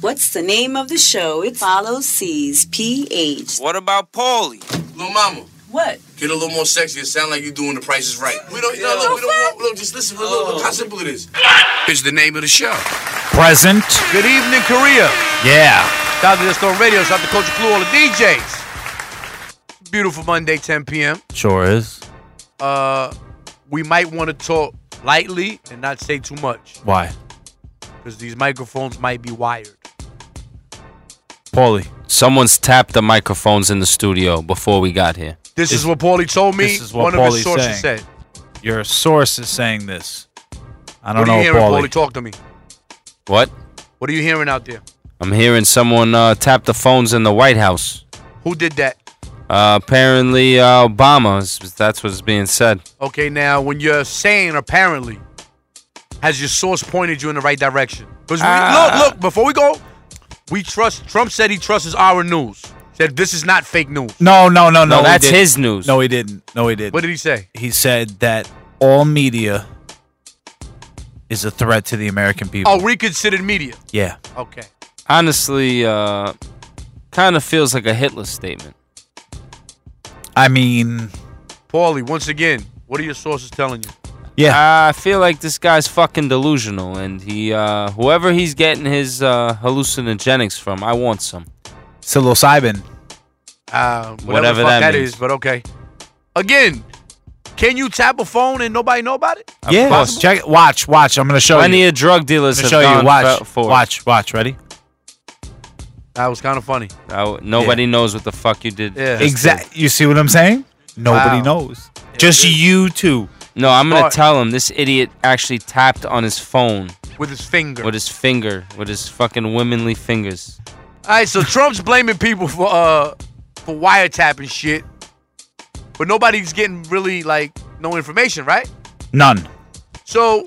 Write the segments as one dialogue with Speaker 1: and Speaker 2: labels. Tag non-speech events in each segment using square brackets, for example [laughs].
Speaker 1: What's the name of the show? It follows C's PH.
Speaker 2: What about Paulie?
Speaker 3: Little mama.
Speaker 1: What?
Speaker 3: Get a little more sexy. It sound like you doing the prices right. We don't, no, look, we don't want, look, just listen for look, look how simple it is. It's the name of the show.
Speaker 4: Present.
Speaker 5: Good evening, Korea.
Speaker 4: Yeah.
Speaker 5: Down to Disco Radio. Shout out to Coach Clue, all the DJs. Beautiful Monday, 10 p.m.
Speaker 4: Sure is.
Speaker 5: Uh, we might want to talk lightly and not say too much
Speaker 4: Why?
Speaker 5: because these microphones might be wired.
Speaker 4: Paulie.
Speaker 2: Someone's tapped the microphones in the studio before we got here.
Speaker 5: This is what Paulie told me.
Speaker 4: this is what
Speaker 5: One of
Speaker 4: Paulie's
Speaker 5: his sources
Speaker 4: saying.
Speaker 5: said.
Speaker 4: Your source is saying this. I don't
Speaker 5: What are you
Speaker 4: know,
Speaker 5: hearing, Paulie?
Speaker 4: Paulie.
Speaker 5: Talk to me.
Speaker 2: What?
Speaker 5: What are you hearing out there?
Speaker 2: I'm hearing someone uh, tap the phones in the White House.
Speaker 5: Who did that?
Speaker 2: Uh, apparently, uh, Obama. is- That's what's being said.
Speaker 5: Okay, now when you're saying apparently, has your source pointed you in the right direction? Because
Speaker 2: Ah.
Speaker 5: look, look, before we go, we trust. Trump said he trusts our news. Said this is not fake news.
Speaker 4: No, no, no,
Speaker 2: No,
Speaker 4: no. he
Speaker 2: that's
Speaker 4: didn't.
Speaker 2: his news.
Speaker 4: No, he didn't. No, he didn't.
Speaker 5: What did he say?
Speaker 4: he said that all media is a threat to the American people.
Speaker 5: Oh, reconsidered media.
Speaker 4: yeah.
Speaker 5: Okay.
Speaker 2: honestly, uh, kind of feels like a Hitler statement.
Speaker 4: I mean,
Speaker 5: Paulie, once again, what are your sources telling you?
Speaker 4: yeah.
Speaker 2: I feel like this guy's fucking delusional, and he, uh, whoever he's getting his uh, hallucinogenics from, I want some.
Speaker 4: psilocybin.
Speaker 5: Uh,
Speaker 2: Ah,
Speaker 5: whatever,
Speaker 2: Whatever
Speaker 5: the fuck
Speaker 2: that
Speaker 5: that
Speaker 2: means.
Speaker 5: is, but okay. Again, can you tap a phone and nobody know about it?
Speaker 4: yeah.
Speaker 2: course.
Speaker 4: Check. Watch. Watch. I'm gonna show
Speaker 2: Plenty
Speaker 4: you.
Speaker 2: of drug dealers
Speaker 4: I'm
Speaker 2: have
Speaker 4: gonna show
Speaker 2: gone
Speaker 4: you. Watch.
Speaker 2: fe- for it.
Speaker 4: Watch. Watch. Ready?
Speaker 5: That was kind of funny.
Speaker 2: I w- nobody knows what the fuck you did.
Speaker 5: Yeah.
Speaker 2: just
Speaker 4: Exact. You see what I'm saying? Nobody
Speaker 5: Wow.
Speaker 4: knows. Just you two.
Speaker 2: did. No, I'm gonna
Speaker 5: Alright.
Speaker 2: tell him this idiot actually tapped on his phone
Speaker 5: With his finger.
Speaker 2: with his finger, with his fucking womanly fingers.
Speaker 5: All right, so Trump's blaming people for uh for wiretapping shit, but nobody's getting really like no information, right?
Speaker 4: None.
Speaker 5: So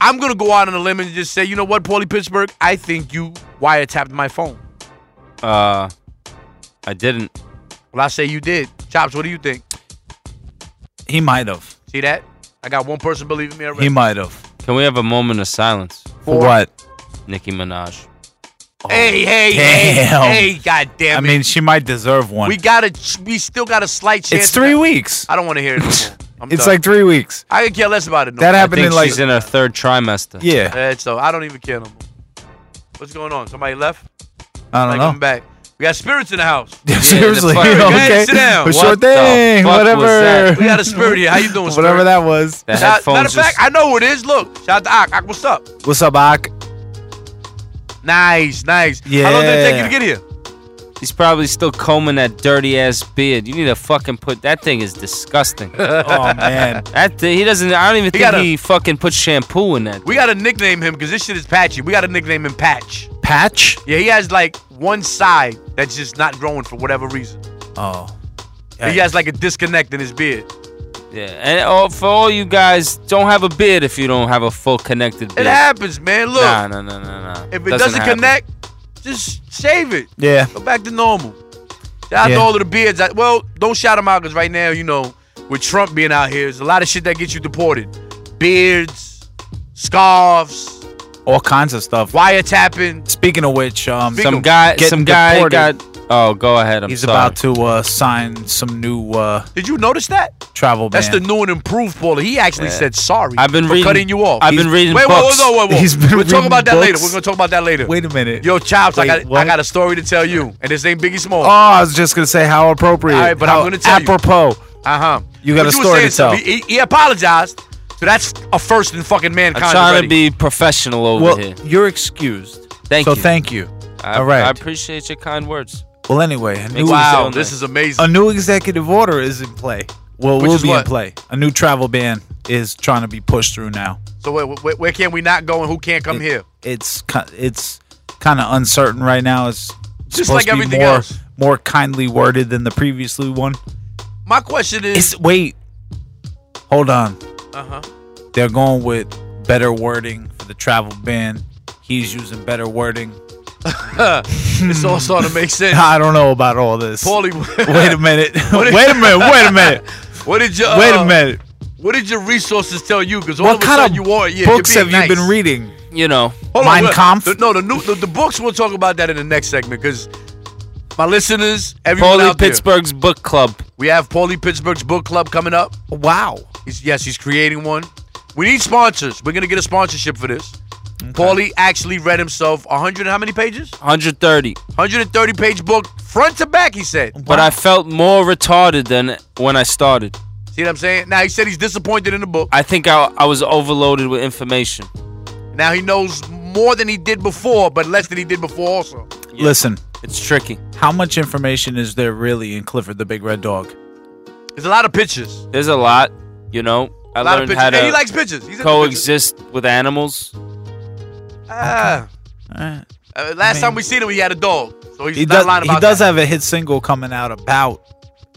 Speaker 5: I'm gonna go out on a limb and just say, you know what, Paulie Pittsburgh, I think you wiretapped my phone.
Speaker 2: Uh, I didn't.
Speaker 5: Well, I say you did. Chops, what do you think?
Speaker 4: He might have.
Speaker 5: See that? I got one person believing me already.
Speaker 4: He might have.
Speaker 2: Can we have a moment of silence,
Speaker 4: For what?
Speaker 2: Nicki Minaj?
Speaker 5: hey, hey,
Speaker 4: Damn.
Speaker 5: hey, hey, god damn
Speaker 4: I
Speaker 5: it.
Speaker 4: mean, she might deserve one.
Speaker 5: we got a we still got a slight chance.
Speaker 4: it's three
Speaker 5: that-
Speaker 4: weeks.
Speaker 5: I don't want to hear it. No more. I'm
Speaker 4: It's
Speaker 5: done.
Speaker 4: like three weeks.
Speaker 5: I could care less about it. No
Speaker 4: That
Speaker 5: more.
Speaker 2: I
Speaker 4: happened
Speaker 2: think
Speaker 4: in like
Speaker 2: she's in her third trimester.
Speaker 4: yeah.
Speaker 5: Yeah, so I don't even care no more. What's going on? Somebody left?
Speaker 4: I don't
Speaker 5: Like,
Speaker 4: [laughs]
Speaker 5: I'm
Speaker 4: know.
Speaker 5: back. We got spirits in the
Speaker 4: [laughs]
Speaker 5: house.
Speaker 4: Seriously.
Speaker 2: fuck- Go
Speaker 5: ahead,
Speaker 4: okay.
Speaker 5: sit down.
Speaker 4: For
Speaker 2: What
Speaker 4: sure
Speaker 2: the
Speaker 4: thing.
Speaker 2: fuck was
Speaker 4: Whatever.
Speaker 2: that?
Speaker 4: [laughs]
Speaker 5: We got a spirit here. How you doing,
Speaker 4: Whatever
Speaker 5: spirit?
Speaker 4: that was.
Speaker 2: The
Speaker 5: Shout,
Speaker 2: headphones
Speaker 5: matter of fact,
Speaker 2: just-
Speaker 5: I know who it is. Look, shout out to Ak. Ak, what's up?
Speaker 4: What's up, Ak?
Speaker 5: Nice, nice. How long did it take you
Speaker 4: Yeah.
Speaker 5: to get here?
Speaker 2: He's probably still combing that dirty ass beard. You need to fucking put that thing is
Speaker 5: [laughs]
Speaker 2: disgusting.
Speaker 4: Oh man.
Speaker 2: that thi- he doesn't. I don't even think
Speaker 5: gotta-
Speaker 2: he fucking put shampoo in that.
Speaker 5: We got to nickname him because this shit is patchy. We got to nickname him Patch.
Speaker 4: Patch.
Speaker 5: Yeah, he has like one side that's just not growing for whatever reason.
Speaker 4: Oh.
Speaker 5: He has like a disconnect in his beard.
Speaker 2: yeah, and all, for all you guys, don't have a beard if you don't have a full connected
Speaker 5: It
Speaker 2: beard.
Speaker 5: happens, man. Look,
Speaker 2: Nah, nah, nah, nah, nah.
Speaker 5: if it doesn't,
Speaker 2: happen.
Speaker 5: connect, just shave it.
Speaker 4: Yeah.
Speaker 5: Go back to normal. Shout out
Speaker 4: Yeah.
Speaker 5: to all of the beards. I, well, don't shout them out because right now, you know, with Trump being out here, there's a lot of shit that gets you deported. Beards, scarves,
Speaker 4: All kinds of stuff.
Speaker 5: wiretapping.
Speaker 4: Speaking of which, um,
Speaker 2: some guy,
Speaker 4: getting
Speaker 2: some guy
Speaker 4: deported.
Speaker 2: got. Oh, go ahead. I'm
Speaker 4: he's
Speaker 2: sorry.
Speaker 4: about to uh, sign some new uh,
Speaker 5: Did you notice that?
Speaker 4: travel ban.
Speaker 5: That's the new and improved Paula. He actually said sorry.
Speaker 2: I've been
Speaker 5: for
Speaker 2: reading-
Speaker 5: cutting you off.
Speaker 2: I've been reading
Speaker 5: Wait,
Speaker 2: books.
Speaker 5: wait, wait, wait, wait.
Speaker 4: He's been
Speaker 5: We're talking
Speaker 4: reading
Speaker 5: about that later.
Speaker 4: books.
Speaker 5: We're gonna talk about that later.
Speaker 4: Wait a minute.
Speaker 5: Yo, Chops, I
Speaker 4: Wait,
Speaker 5: got I
Speaker 4: what?
Speaker 5: got a story to tell you, and this ain't Biggie Small.
Speaker 4: Oh, I was just gonna say how appropriate.
Speaker 5: All right, but I'm
Speaker 4: how
Speaker 5: gonna tell you.
Speaker 4: apropos.
Speaker 5: uh huh.
Speaker 4: You got a story to tell.
Speaker 5: He, he apologized, so that's a first in fucking mankind.
Speaker 2: I'm trying
Speaker 5: already.
Speaker 2: to be professional over
Speaker 4: Well,
Speaker 2: here.
Speaker 4: you're excused.
Speaker 2: Thank
Speaker 4: so
Speaker 2: you.
Speaker 4: thank you.
Speaker 2: I,
Speaker 4: all right.
Speaker 2: I appreciate your kind words.
Speaker 4: Well, anyway, a new,
Speaker 2: Wow.
Speaker 5: Wow,
Speaker 2: on
Speaker 5: this
Speaker 2: there.
Speaker 5: is amazing.
Speaker 4: a new executive order is in play. Well,
Speaker 5: Which
Speaker 4: will
Speaker 5: is
Speaker 4: be in
Speaker 5: what?
Speaker 4: play. A new travel ban is trying to be pushed through now.
Speaker 5: So where, where, where can we not go and who can't come here?
Speaker 4: It's ki- it's kind of uncertain right now. It's
Speaker 5: Just
Speaker 4: supposed
Speaker 5: like
Speaker 4: to be
Speaker 5: everything
Speaker 4: more,
Speaker 5: else.
Speaker 4: more kindly worded than the previously one.
Speaker 5: My question is,
Speaker 4: It's wait, hold on.
Speaker 5: uh huh.
Speaker 4: They're going with better wording for the travel ban. He's using better wording. [laughs]
Speaker 5: This all sort of makes sense.
Speaker 4: I don't know about all this.
Speaker 5: Paulie,
Speaker 4: mm. [laughs] wait a minute. [laughs] wait a minute. Wait a minute.
Speaker 5: [laughs] what did your [laughs] uh,
Speaker 4: Wait a minute.
Speaker 5: What did your resources tell you? Because all
Speaker 4: What
Speaker 5: of a
Speaker 4: kind
Speaker 5: sudden
Speaker 4: of
Speaker 5: you are yeah,
Speaker 4: books
Speaker 5: you're
Speaker 4: have
Speaker 5: being
Speaker 4: you been
Speaker 5: nice.
Speaker 4: reading?
Speaker 2: you know,
Speaker 5: Hold
Speaker 4: Mein
Speaker 5: look.
Speaker 4: Kampf?
Speaker 5: The- no, the, new, the the books. We'll talk about that in the next segment because my listeners, everyone
Speaker 2: Paulie
Speaker 5: out there,
Speaker 2: Pittsburgh's book club.
Speaker 5: we have Paulie Pittsburgh's book club coming up.
Speaker 4: Wow.
Speaker 5: He's, yes, he's creating one. We need sponsors. We're gonna get a sponsorship for this. Paulie actually read himself 100 how many pages?
Speaker 2: 130.
Speaker 5: 130 page book front to back. He said.
Speaker 2: But I felt more retarded than when I started.
Speaker 5: See what I'm saying? Now he said he's disappointed in the book.
Speaker 2: I think I, I was overloaded with information.
Speaker 5: Now he knows more than he did before, but less than he did before also.
Speaker 4: Listen,
Speaker 2: It's tricky.
Speaker 4: how much information is there really in Clifford the Big Red Dog?
Speaker 5: There's a lot of pictures.
Speaker 2: There's a lot, you know. I
Speaker 5: A lot of
Speaker 2: learned
Speaker 5: pictures.
Speaker 2: how
Speaker 5: And he
Speaker 2: to
Speaker 5: likes pictures. He's into
Speaker 2: coexist with animals.
Speaker 5: pictures. Ah.
Speaker 4: Eh,
Speaker 5: Uh, last
Speaker 4: mean-
Speaker 5: time we seen him, he had a dog. So he's
Speaker 4: He
Speaker 5: not
Speaker 4: does.
Speaker 5: lying
Speaker 4: He
Speaker 5: about
Speaker 4: does
Speaker 5: that.
Speaker 4: have a hit single coming out about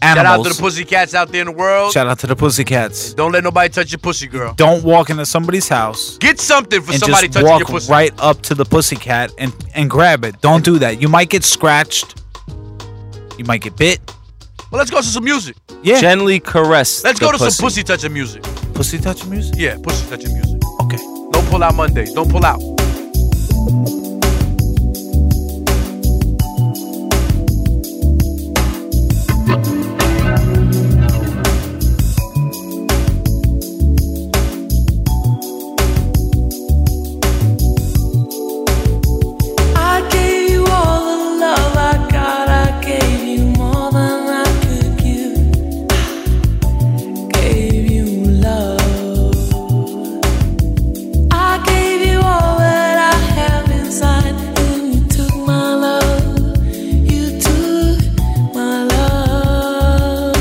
Speaker 5: Shout out
Speaker 4: animals.
Speaker 5: to the pussycats out there in the world.
Speaker 4: Shout out to the Pussycats.
Speaker 5: Don't let nobody touch your pussy, girl.
Speaker 4: Don't walk into somebody's house
Speaker 5: Get something for
Speaker 4: and
Speaker 5: somebody
Speaker 4: just
Speaker 5: touching your
Speaker 4: walk
Speaker 5: pussy.
Speaker 4: right up to the pussycat and and grab it. Don't do that. You might get scratched. You might get bit.
Speaker 5: Well, let's go to some music.
Speaker 4: Yeah.
Speaker 2: Gently caress.
Speaker 5: Let's
Speaker 2: the
Speaker 5: go to
Speaker 2: pussy.
Speaker 5: some pussy touching music.
Speaker 4: Pussy touch music.
Speaker 5: Yeah, pussy touching music.
Speaker 4: Okay.
Speaker 5: Don't pull out Mondays. Don't pull out.
Speaker 6: I gave you all the love I got. I gave you more than I could give. Gave you love. I gave you all that I have inside, and you took my love. You took my love.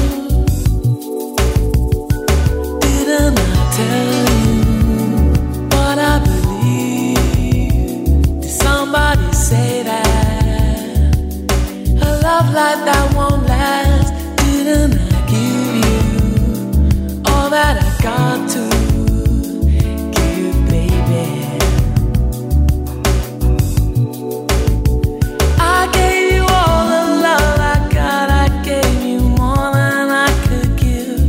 Speaker 6: Didn't I tell you what I believe? Did somebody say that a love like that won't last? Didn't I give you all that I got to give, baby? I gave you all the love I got. I gave you more than I could give.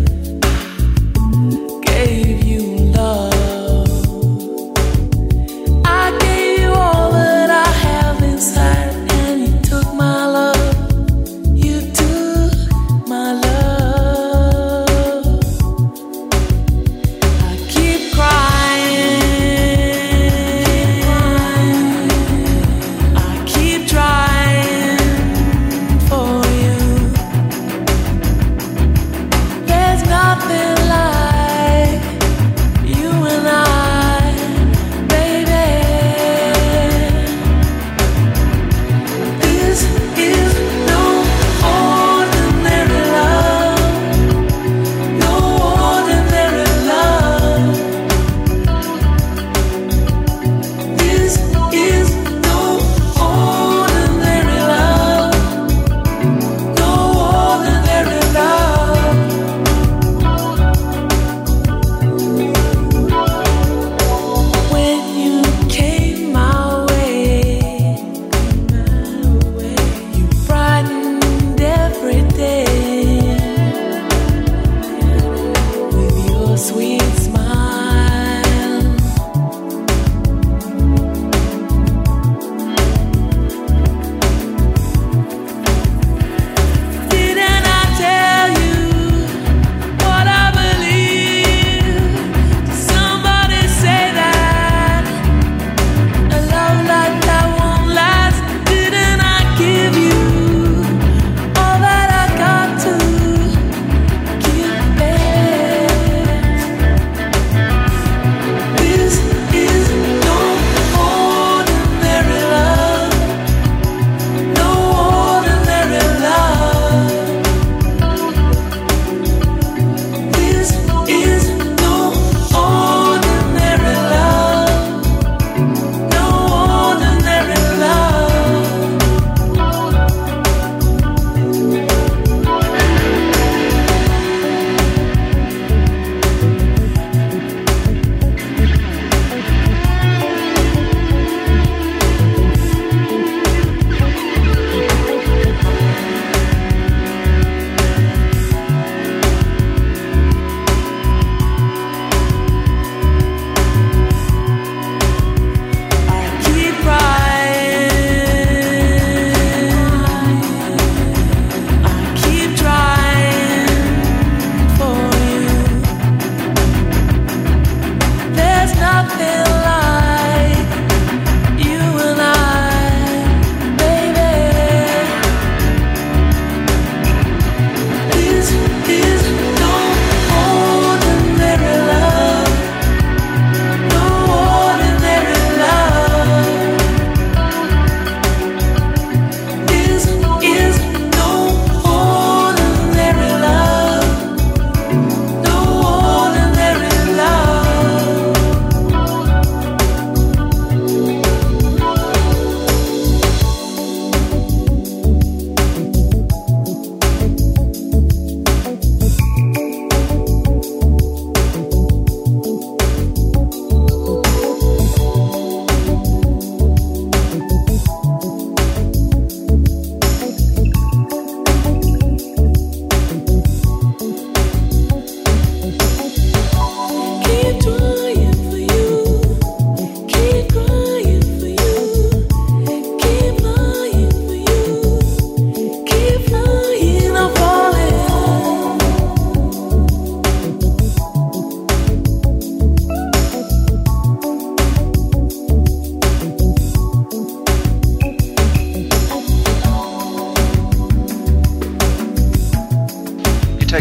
Speaker 6: Gave you love. I gave you all that I have inside, and you took my love. You took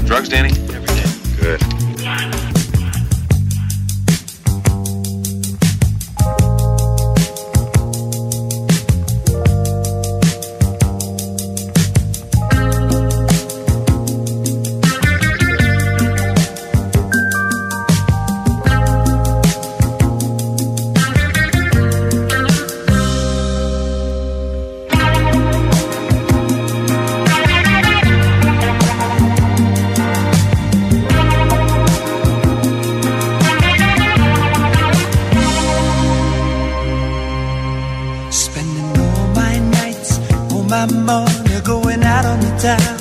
Speaker 7: drugs, Danny? Every day. Good.
Speaker 1: Spending all my nights, all my money, going out on the town.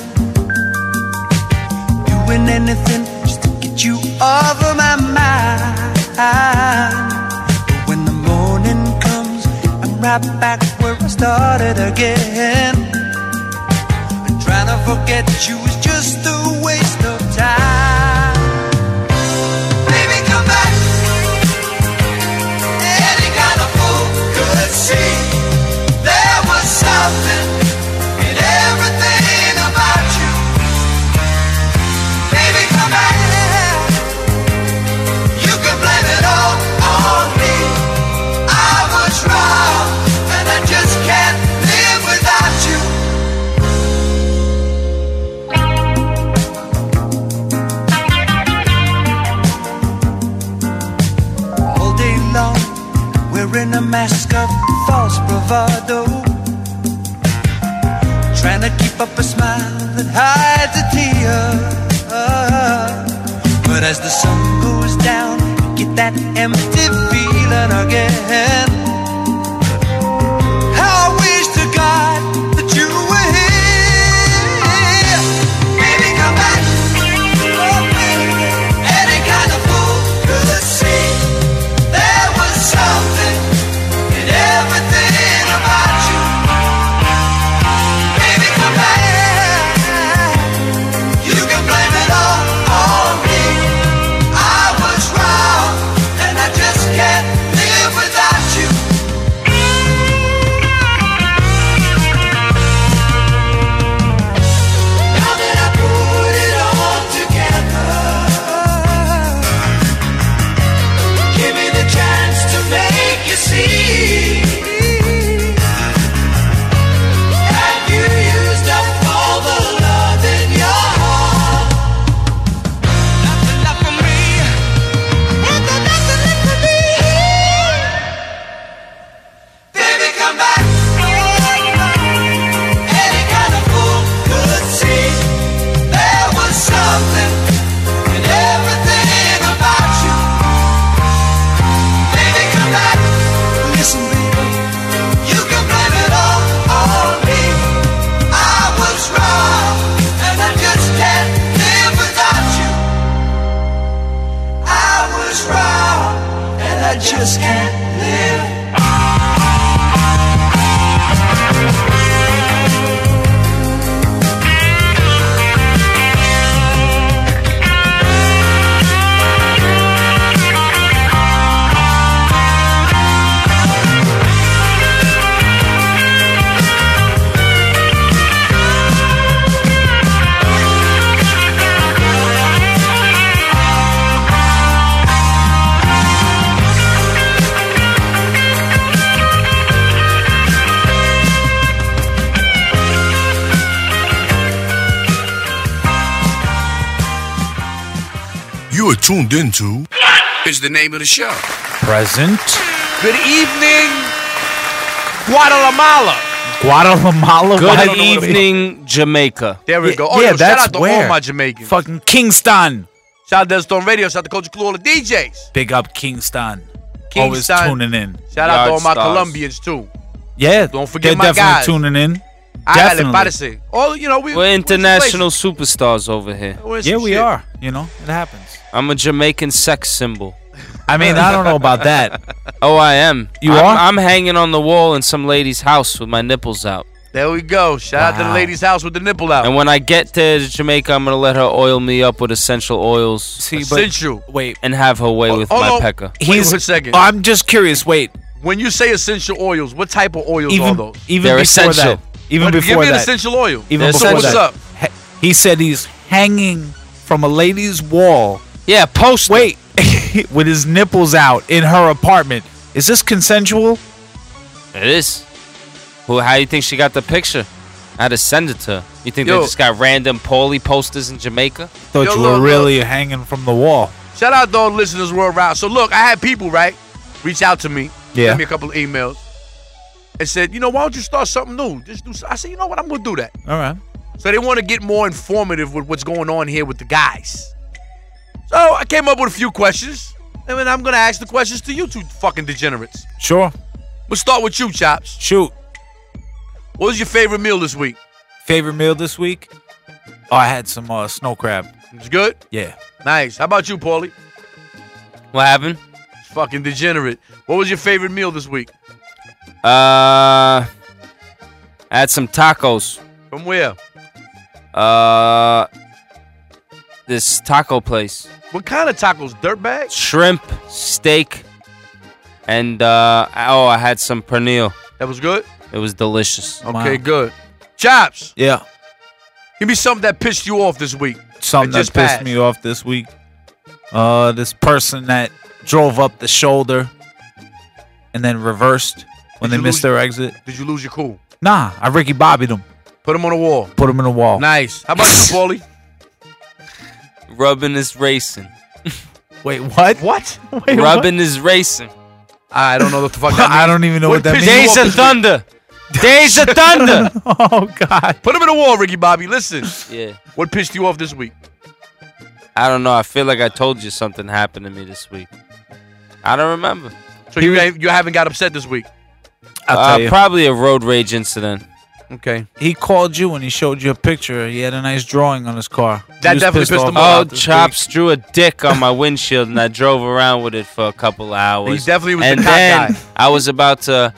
Speaker 1: Doing anything just to get you off of my mind. But when the morning comes, I'm right back where I started again. And trying to forget you is just a waste of time. Baby, come back. Any kind of fool could see there was something in everything about you. Baby, come back. You can blame it all on me. I was wrong, and I just can't live without you. all day long, wearing a mask of false bravado. Trying to keep up a smile that hides a tear. But as the sun goes down, you get that empty feeling again. How I wish to God that you were here. Baby, come back. Oh, baby. Any kind of fool could see. There was something in everything about you. Baby, come back. You can blame it all on me. I was wrong, and I just can't live without you. Now that I put it all together. Give me the chance to make you see. Have you used up all the love in your heart? Nothing left for me. Nothing, nothing left for me. Baby, come back. Any kind of fool could see there was something in everything about you. Baby, come back. Listen, baby. You can blame it all on me. I was wrong, and I just can't live without you. I was wrong, and I just can't live.
Speaker 8: You are tuned into. Is the name of the show.
Speaker 4: Present
Speaker 5: Good evening, Guatemala.
Speaker 4: Guatemala.
Speaker 2: Good
Speaker 4: I don't know what it-
Speaker 2: evening, Jamaica.
Speaker 5: There we
Speaker 4: Yeah,
Speaker 5: go. Oh,
Speaker 4: yeah,
Speaker 5: yo,
Speaker 4: that's
Speaker 5: shout out to all
Speaker 4: where.
Speaker 5: my Jamaicans.
Speaker 4: Fucking Kingston.
Speaker 5: Shout out to Stone Radio. Shout out to Culture Clue, all the DJs.
Speaker 4: Big up Kingston. Always
Speaker 5: Kingston.
Speaker 4: tuning in.
Speaker 5: Shout out to all my
Speaker 2: Yardstars.
Speaker 5: Colombians too.
Speaker 4: Yeah,
Speaker 5: Don't forget
Speaker 4: they're
Speaker 5: my
Speaker 4: definitely
Speaker 5: guys.
Speaker 4: tuning in.
Speaker 5: Definitely.
Speaker 4: Definitely.
Speaker 5: Parece. All you know, we,
Speaker 2: We're international superstars over here.
Speaker 4: Yeah, we are. You know, it happens.
Speaker 2: I'm a Jamaican sex symbol.
Speaker 4: I mean, I don't know about
Speaker 5: [laughs]
Speaker 4: that.
Speaker 2: Oh, I am.
Speaker 4: You
Speaker 2: I'm,
Speaker 4: are?
Speaker 2: I'm hanging on the wall in some lady's house with my nipples out.
Speaker 5: There we go. Shout out to the
Speaker 4: Wow.
Speaker 5: lady's house with the nipple out.
Speaker 2: And when I get to Jamaica, I'm gonna let her oil me up with essential oils
Speaker 4: See,
Speaker 5: Essential.
Speaker 4: wait, oh,
Speaker 2: and have her way with
Speaker 5: Oh,
Speaker 2: my
Speaker 5: no.
Speaker 2: pecker.
Speaker 5: Wait one second.
Speaker 4: I'm just curious. Wait,
Speaker 5: When you say essential oils, what type of oils are
Speaker 4: even
Speaker 5: those?
Speaker 4: even
Speaker 2: They're
Speaker 4: before
Speaker 2: essential.
Speaker 4: that, even
Speaker 5: What-
Speaker 4: before
Speaker 5: give me an
Speaker 4: that,
Speaker 5: essential oil.
Speaker 4: even
Speaker 2: They're
Speaker 5: so
Speaker 4: before
Speaker 5: what's
Speaker 4: that,
Speaker 5: up?
Speaker 4: he- he said he's hanging from a lady's wall.
Speaker 2: Yeah, post.
Speaker 4: Wait, [laughs] with his nipples out in her apartment. Is this consensual?
Speaker 2: It is. Who? How you think she got the picture? I had to send it to her. You think
Speaker 5: Yo.
Speaker 2: they just got random Pauly posters in Jamaica?
Speaker 4: Thought
Speaker 5: Yo,
Speaker 4: you were
Speaker 5: look,
Speaker 4: really hanging from the wall.
Speaker 5: Shout out to all the listeners worldwide. So look, I had people right reach out to me,
Speaker 4: Yeah.
Speaker 5: send me a couple of emails, and said, you know, why don't you start something new? Just do. so-" I said, you know what, I'm gonna do that.
Speaker 4: All right.
Speaker 5: So they want to get more informative with what's going on here with the guys. So I came up with a few questions, and then I'm gonna ask the questions to you two fucking degenerates.
Speaker 4: Sure.
Speaker 5: We'll start with you, Chops.
Speaker 4: Shoot.
Speaker 5: What was your favorite meal this week?
Speaker 4: Favorite meal this week? Oh, I had some uh, snow crab.
Speaker 5: It was good.
Speaker 4: Yeah.
Speaker 5: Nice. How about you, Paulie?
Speaker 2: What happened?
Speaker 5: Fucking degenerate. What was your favorite meal this week?
Speaker 2: Uh, I had some tacos.
Speaker 5: From where?
Speaker 2: Uh, this taco place.
Speaker 5: What kind of tacos? Dirtbag?
Speaker 2: shrimp, steak, and uh, oh, I had some pernil.
Speaker 5: That was good.
Speaker 2: It was delicious.
Speaker 5: Okay,
Speaker 4: Wow.
Speaker 5: good. Chops,
Speaker 4: Yeah.
Speaker 5: give me something that pissed you off this week.
Speaker 4: Something
Speaker 5: It
Speaker 4: that
Speaker 5: just
Speaker 4: pissed
Speaker 5: passed.
Speaker 4: me off this week. Uh, this person that drove up the shoulder and then reversed when
Speaker 5: Did
Speaker 4: they
Speaker 5: you
Speaker 4: missed
Speaker 5: lose-
Speaker 4: their exit.
Speaker 5: Did you lose your cool?
Speaker 4: Nah, I Ricky Bobbied him.
Speaker 5: Put them on the wall.
Speaker 4: Put him in the wall.
Speaker 5: Nice. How about you, Paulie?
Speaker 2: Rubbing is racing.
Speaker 4: Wait, what?
Speaker 5: What?
Speaker 4: Wait, what?
Speaker 2: Rubbing is racing.
Speaker 5: I don't know what the
Speaker 4: [laughs]
Speaker 5: fuck that
Speaker 4: [laughs] I
Speaker 5: means.
Speaker 4: don't even know what,
Speaker 5: What
Speaker 4: that
Speaker 5: pissed
Speaker 4: means.
Speaker 5: you
Speaker 2: Days
Speaker 5: off
Speaker 2: of
Speaker 5: this week?
Speaker 2: thunder. Days of thunder.
Speaker 4: [laughs] oh God.
Speaker 5: Put them in the wall, Ricky Bobby. Listen,
Speaker 2: [laughs] yeah.
Speaker 5: what pissed you off this week?
Speaker 2: I don't know. I feel like I told you something happened to me this week. I don't remember.
Speaker 5: So you, ain't- you haven't got upset this week.
Speaker 4: I'll
Speaker 2: Uh,
Speaker 4: tell you.
Speaker 2: Probably a road rage incident.
Speaker 5: Okay.
Speaker 4: he called you and he showed you a picture. He had a nice drawing on his car. He
Speaker 5: That
Speaker 4: was
Speaker 5: definitely pissed
Speaker 4: off
Speaker 5: him
Speaker 4: about
Speaker 2: Oh,
Speaker 5: off.
Speaker 4: this
Speaker 2: Chops drew a dick on my windshield, and I drove around with it for a couple hours.
Speaker 5: He definitely was the
Speaker 2: and
Speaker 5: cock
Speaker 2: then
Speaker 5: guy.
Speaker 2: I was about to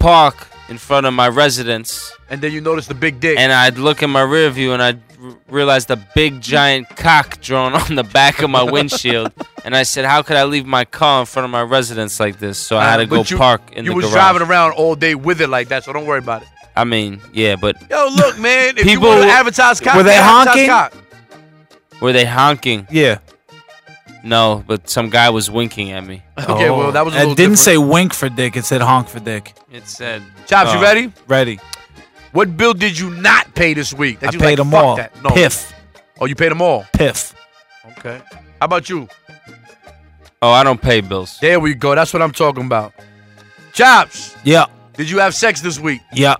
Speaker 2: park in front of my residence,
Speaker 5: And then you notice the big dick.
Speaker 2: and I'd look in my rear view and I'd r- realize the big giant cock drawn [laughs] on the back of my windshield. and I said, How could I leave my car in front of my residence like this? So I had to
Speaker 5: Uh,
Speaker 2: go
Speaker 5: but you-
Speaker 2: park in
Speaker 5: You
Speaker 2: the
Speaker 5: was
Speaker 2: garage.
Speaker 5: driving around all day with it like that, so don't worry about it.
Speaker 2: I mean, yeah, but
Speaker 5: Yo, look, man. If
Speaker 2: People-
Speaker 5: you want to advertise cock,
Speaker 4: Were they
Speaker 5: advertise
Speaker 4: honking?
Speaker 5: cock.
Speaker 2: were they honking?
Speaker 4: week. Oh, Yeah.
Speaker 2: No, but some guy was winking at me.
Speaker 5: [laughs] Okay, well, that was a
Speaker 4: It
Speaker 5: little
Speaker 4: didn't say wink for dick. It said honk for dick.
Speaker 2: It said,
Speaker 5: Chops,
Speaker 2: Oh.
Speaker 5: you ready?
Speaker 4: Ready.
Speaker 5: What bill did you not pay this week? That
Speaker 4: I
Speaker 5: you
Speaker 4: paid them
Speaker 5: like, fuck
Speaker 4: all.
Speaker 5: That. No.
Speaker 4: Piff.
Speaker 5: Oh, you paid them all.
Speaker 4: Piff.
Speaker 5: Okay. How about you?
Speaker 2: Oh, I don't pay bills.
Speaker 5: There we go. That's what I'm talking about. Chops,
Speaker 4: Yeah.
Speaker 5: did you have sex this week?
Speaker 4: Yeah.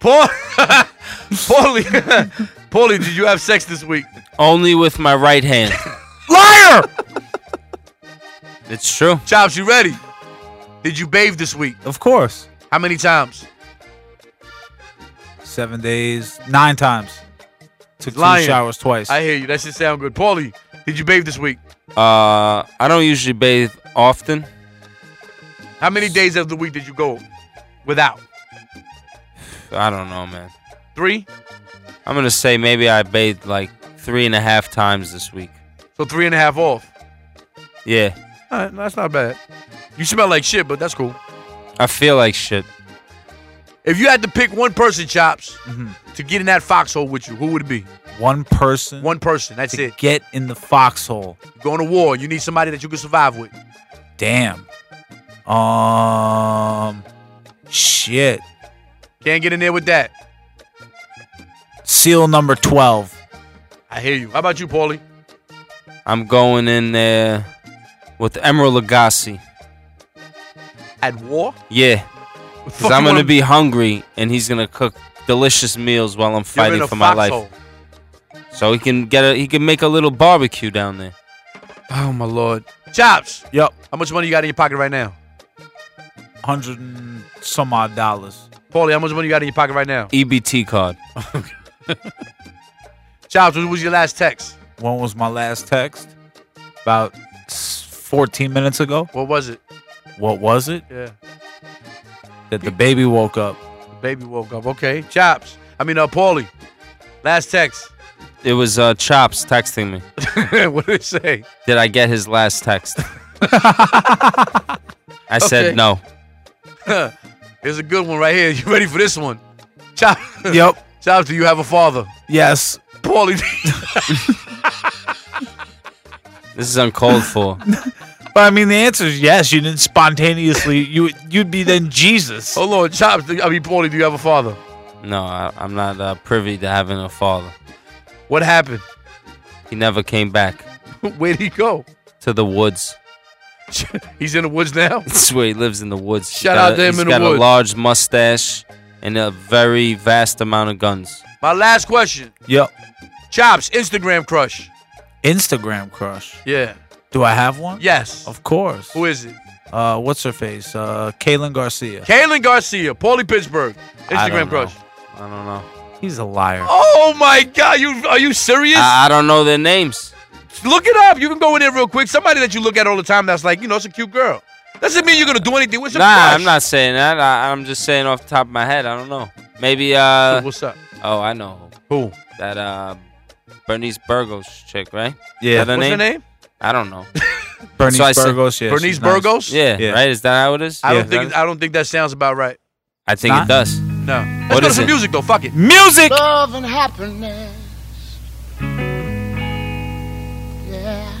Speaker 5: Paul, [laughs] Paulie, [laughs] Paulie, did you have sex this week?
Speaker 2: Only with my right
Speaker 5: [laughs]
Speaker 2: hand.
Speaker 4: Liar!
Speaker 2: It's true.
Speaker 5: Chops, you ready? Did you bathe this week?
Speaker 4: of course.
Speaker 5: How many times?
Speaker 4: Seven days, nine times. Took
Speaker 5: Lying.
Speaker 4: two showers twice.
Speaker 5: I hear you. That should sound good. Paulie, did you bathe this week?
Speaker 2: Uh, I don't usually bathe often.
Speaker 5: How many days of the week did you go without?
Speaker 2: I don't know, man.
Speaker 5: Three.
Speaker 2: I'm gonna say maybe I bathed like three and a half times this week.
Speaker 5: So three and a half off.
Speaker 2: Yeah,
Speaker 5: All right, uh, that's not bad. You smell like shit, but that's cool.
Speaker 2: I feel like shit.
Speaker 5: If you had to pick one person, Chops, to get in that foxhole with you, who would it be?
Speaker 4: One person
Speaker 5: One person. That's
Speaker 4: to
Speaker 5: it.
Speaker 4: get in the foxhole.
Speaker 5: You go on a war. You need somebody that you can survive with.
Speaker 4: Damn. Um. Shit.
Speaker 5: Can't get in there with that.
Speaker 4: Seal number 12.
Speaker 5: I hear you. How about you, Paulie?
Speaker 2: I'm going in there with Emerald Lagasse.
Speaker 5: At war?
Speaker 2: Yeah, because I'm gonna be hungry and he's gonna cook delicious meals while I'm fighting for my life. So he can get a he can make a little barbecue down there.
Speaker 5: Oh my lord. Chops.
Speaker 4: Yup.
Speaker 5: How much money you got in your pocket right now?
Speaker 4: 100 and some odd dollars.
Speaker 5: Paulie, how much money you got in your pocket right now?
Speaker 2: EBT E card.
Speaker 5: Chops, what was your last text?
Speaker 4: When was my last text? About s- 14 minutes ago.
Speaker 5: What was it?
Speaker 4: What was it?
Speaker 5: Yeah.
Speaker 4: That the baby woke
Speaker 5: [laughs]
Speaker 4: up.
Speaker 5: Baby woke up. Okay. Chops. I mean, uh, Paulie. Last text. [laughs]
Speaker 2: It was uh, Chops texting me.
Speaker 5: what did it say?
Speaker 2: Did I get his last text? I
Speaker 5: Okay.
Speaker 2: said no.
Speaker 5: Here's a good one right here. You ready for this one? Chop.
Speaker 4: Yep.
Speaker 5: Shout out to you have a father.
Speaker 4: Yes.
Speaker 5: Paulie. [laughs]
Speaker 2: This is uncalled for.
Speaker 4: But I mean, the answer is yes. You didn't
Speaker 5: [laughs]
Speaker 4: spontaneously. You you'd be then Jesus.
Speaker 5: Hold on, Chops. I mean, Paulie, do you have a father?
Speaker 2: No, I, I'm not uh, privy to having a father.
Speaker 5: What happened? [laughs]
Speaker 2: He never came back
Speaker 5: Where'd he go? [laughs]
Speaker 2: to the woods.
Speaker 5: He's in the woods now.
Speaker 2: That's where he lives in the woods. He's
Speaker 5: Shout
Speaker 2: got
Speaker 5: out
Speaker 2: a-
Speaker 5: to him
Speaker 2: he's
Speaker 5: in the
Speaker 2: got
Speaker 5: woods.
Speaker 2: a large mustache and a very vast amount of guns.
Speaker 5: My last question.
Speaker 4: Yep.
Speaker 5: Chops, Instagram crush.
Speaker 4: Instagram crush.
Speaker 5: Yeah.
Speaker 4: Do I have one?
Speaker 5: Yes.
Speaker 4: Of course.
Speaker 5: Who is it?
Speaker 4: Uh, what's her face? Uh, Kaylin Garcia.
Speaker 5: Kalen Garcia, Paulie Pittsburgh.
Speaker 2: I don't
Speaker 5: Instagram crush.
Speaker 2: know. I don't know.
Speaker 4: He's a liar.
Speaker 5: Oh my God! You are you serious?
Speaker 2: I, I don't know their names.
Speaker 5: look it up. You can go in there real quick. Somebody that you look at all the time that's like, you know, it's a cute girl. Doesn't mean you're gonna do anything. What's
Speaker 2: Nah,
Speaker 5: your crush?
Speaker 2: I'm not saying that. I, I'm just saying off the top of my head. I don't know. Maybe
Speaker 5: Dude,
Speaker 2: uh
Speaker 5: What's up?
Speaker 2: oh, I know
Speaker 5: Who?
Speaker 2: that uh Bernice Burgos chick, right?
Speaker 4: Yeah.
Speaker 2: Is that her
Speaker 5: What's
Speaker 2: name?
Speaker 5: her name?
Speaker 2: I don't
Speaker 5: [laughs]
Speaker 2: know.
Speaker 4: Bernice
Speaker 2: So I said-
Speaker 4: Burgos. Yeah,
Speaker 5: Bernice
Speaker 4: she's nice.
Speaker 5: Burgos.
Speaker 2: Yeah,
Speaker 4: Yeah.
Speaker 2: right. Is that how it is?
Speaker 5: I
Speaker 2: Is
Speaker 5: don't
Speaker 2: that
Speaker 5: think
Speaker 2: it?
Speaker 5: I don't think that sounds about right.
Speaker 2: I think
Speaker 4: Not-
Speaker 2: it does.
Speaker 5: No. Let's
Speaker 2: What
Speaker 5: go to
Speaker 2: is
Speaker 5: some
Speaker 2: it?
Speaker 5: music though. Fuck it.
Speaker 4: Music.
Speaker 9: Love and happiness. Yeah.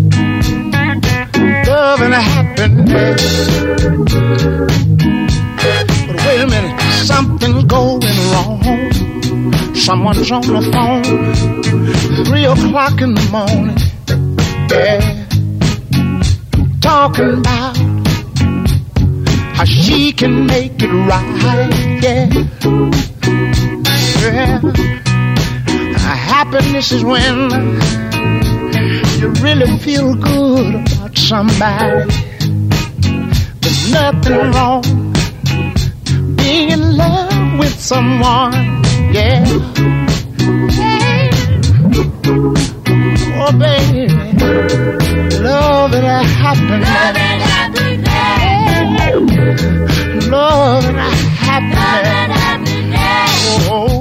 Speaker 9: love and happiness. But wait a minute, something's going wrong. Someone's on the phone, three o'clock in the morning. Yeah, talking about how she can make it right. Yeah, yeah. Happiness is when you really feel good about somebody. There's nothing wrong being in love with someone. Yeah. Oh, baby. Love and happiness. Love and happiness. Oh.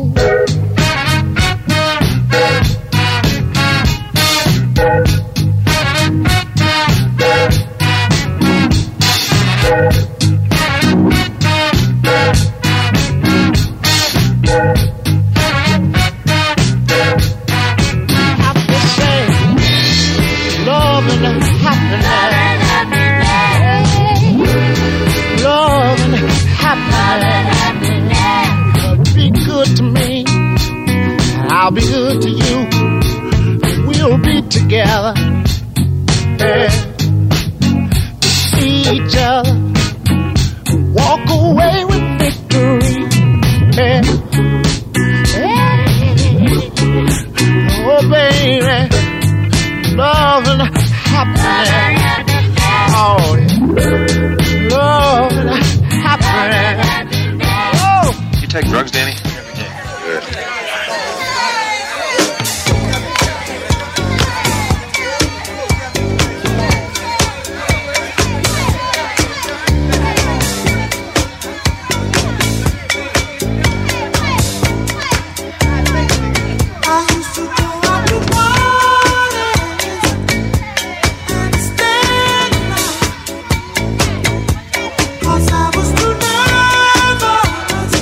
Speaker 9: have to say, love and happiness. Love and happiness. Be good to me, and I'll be good to you. We'll be together. Yeah. To see each other. Walk away with victory. Yeah. Yeah. Oh, baby, love and happiness. Oh, yeah. love and happiness. Oh,
Speaker 10: You take drugs, Danny? Every day. Good.
Speaker 6: I was too nervous to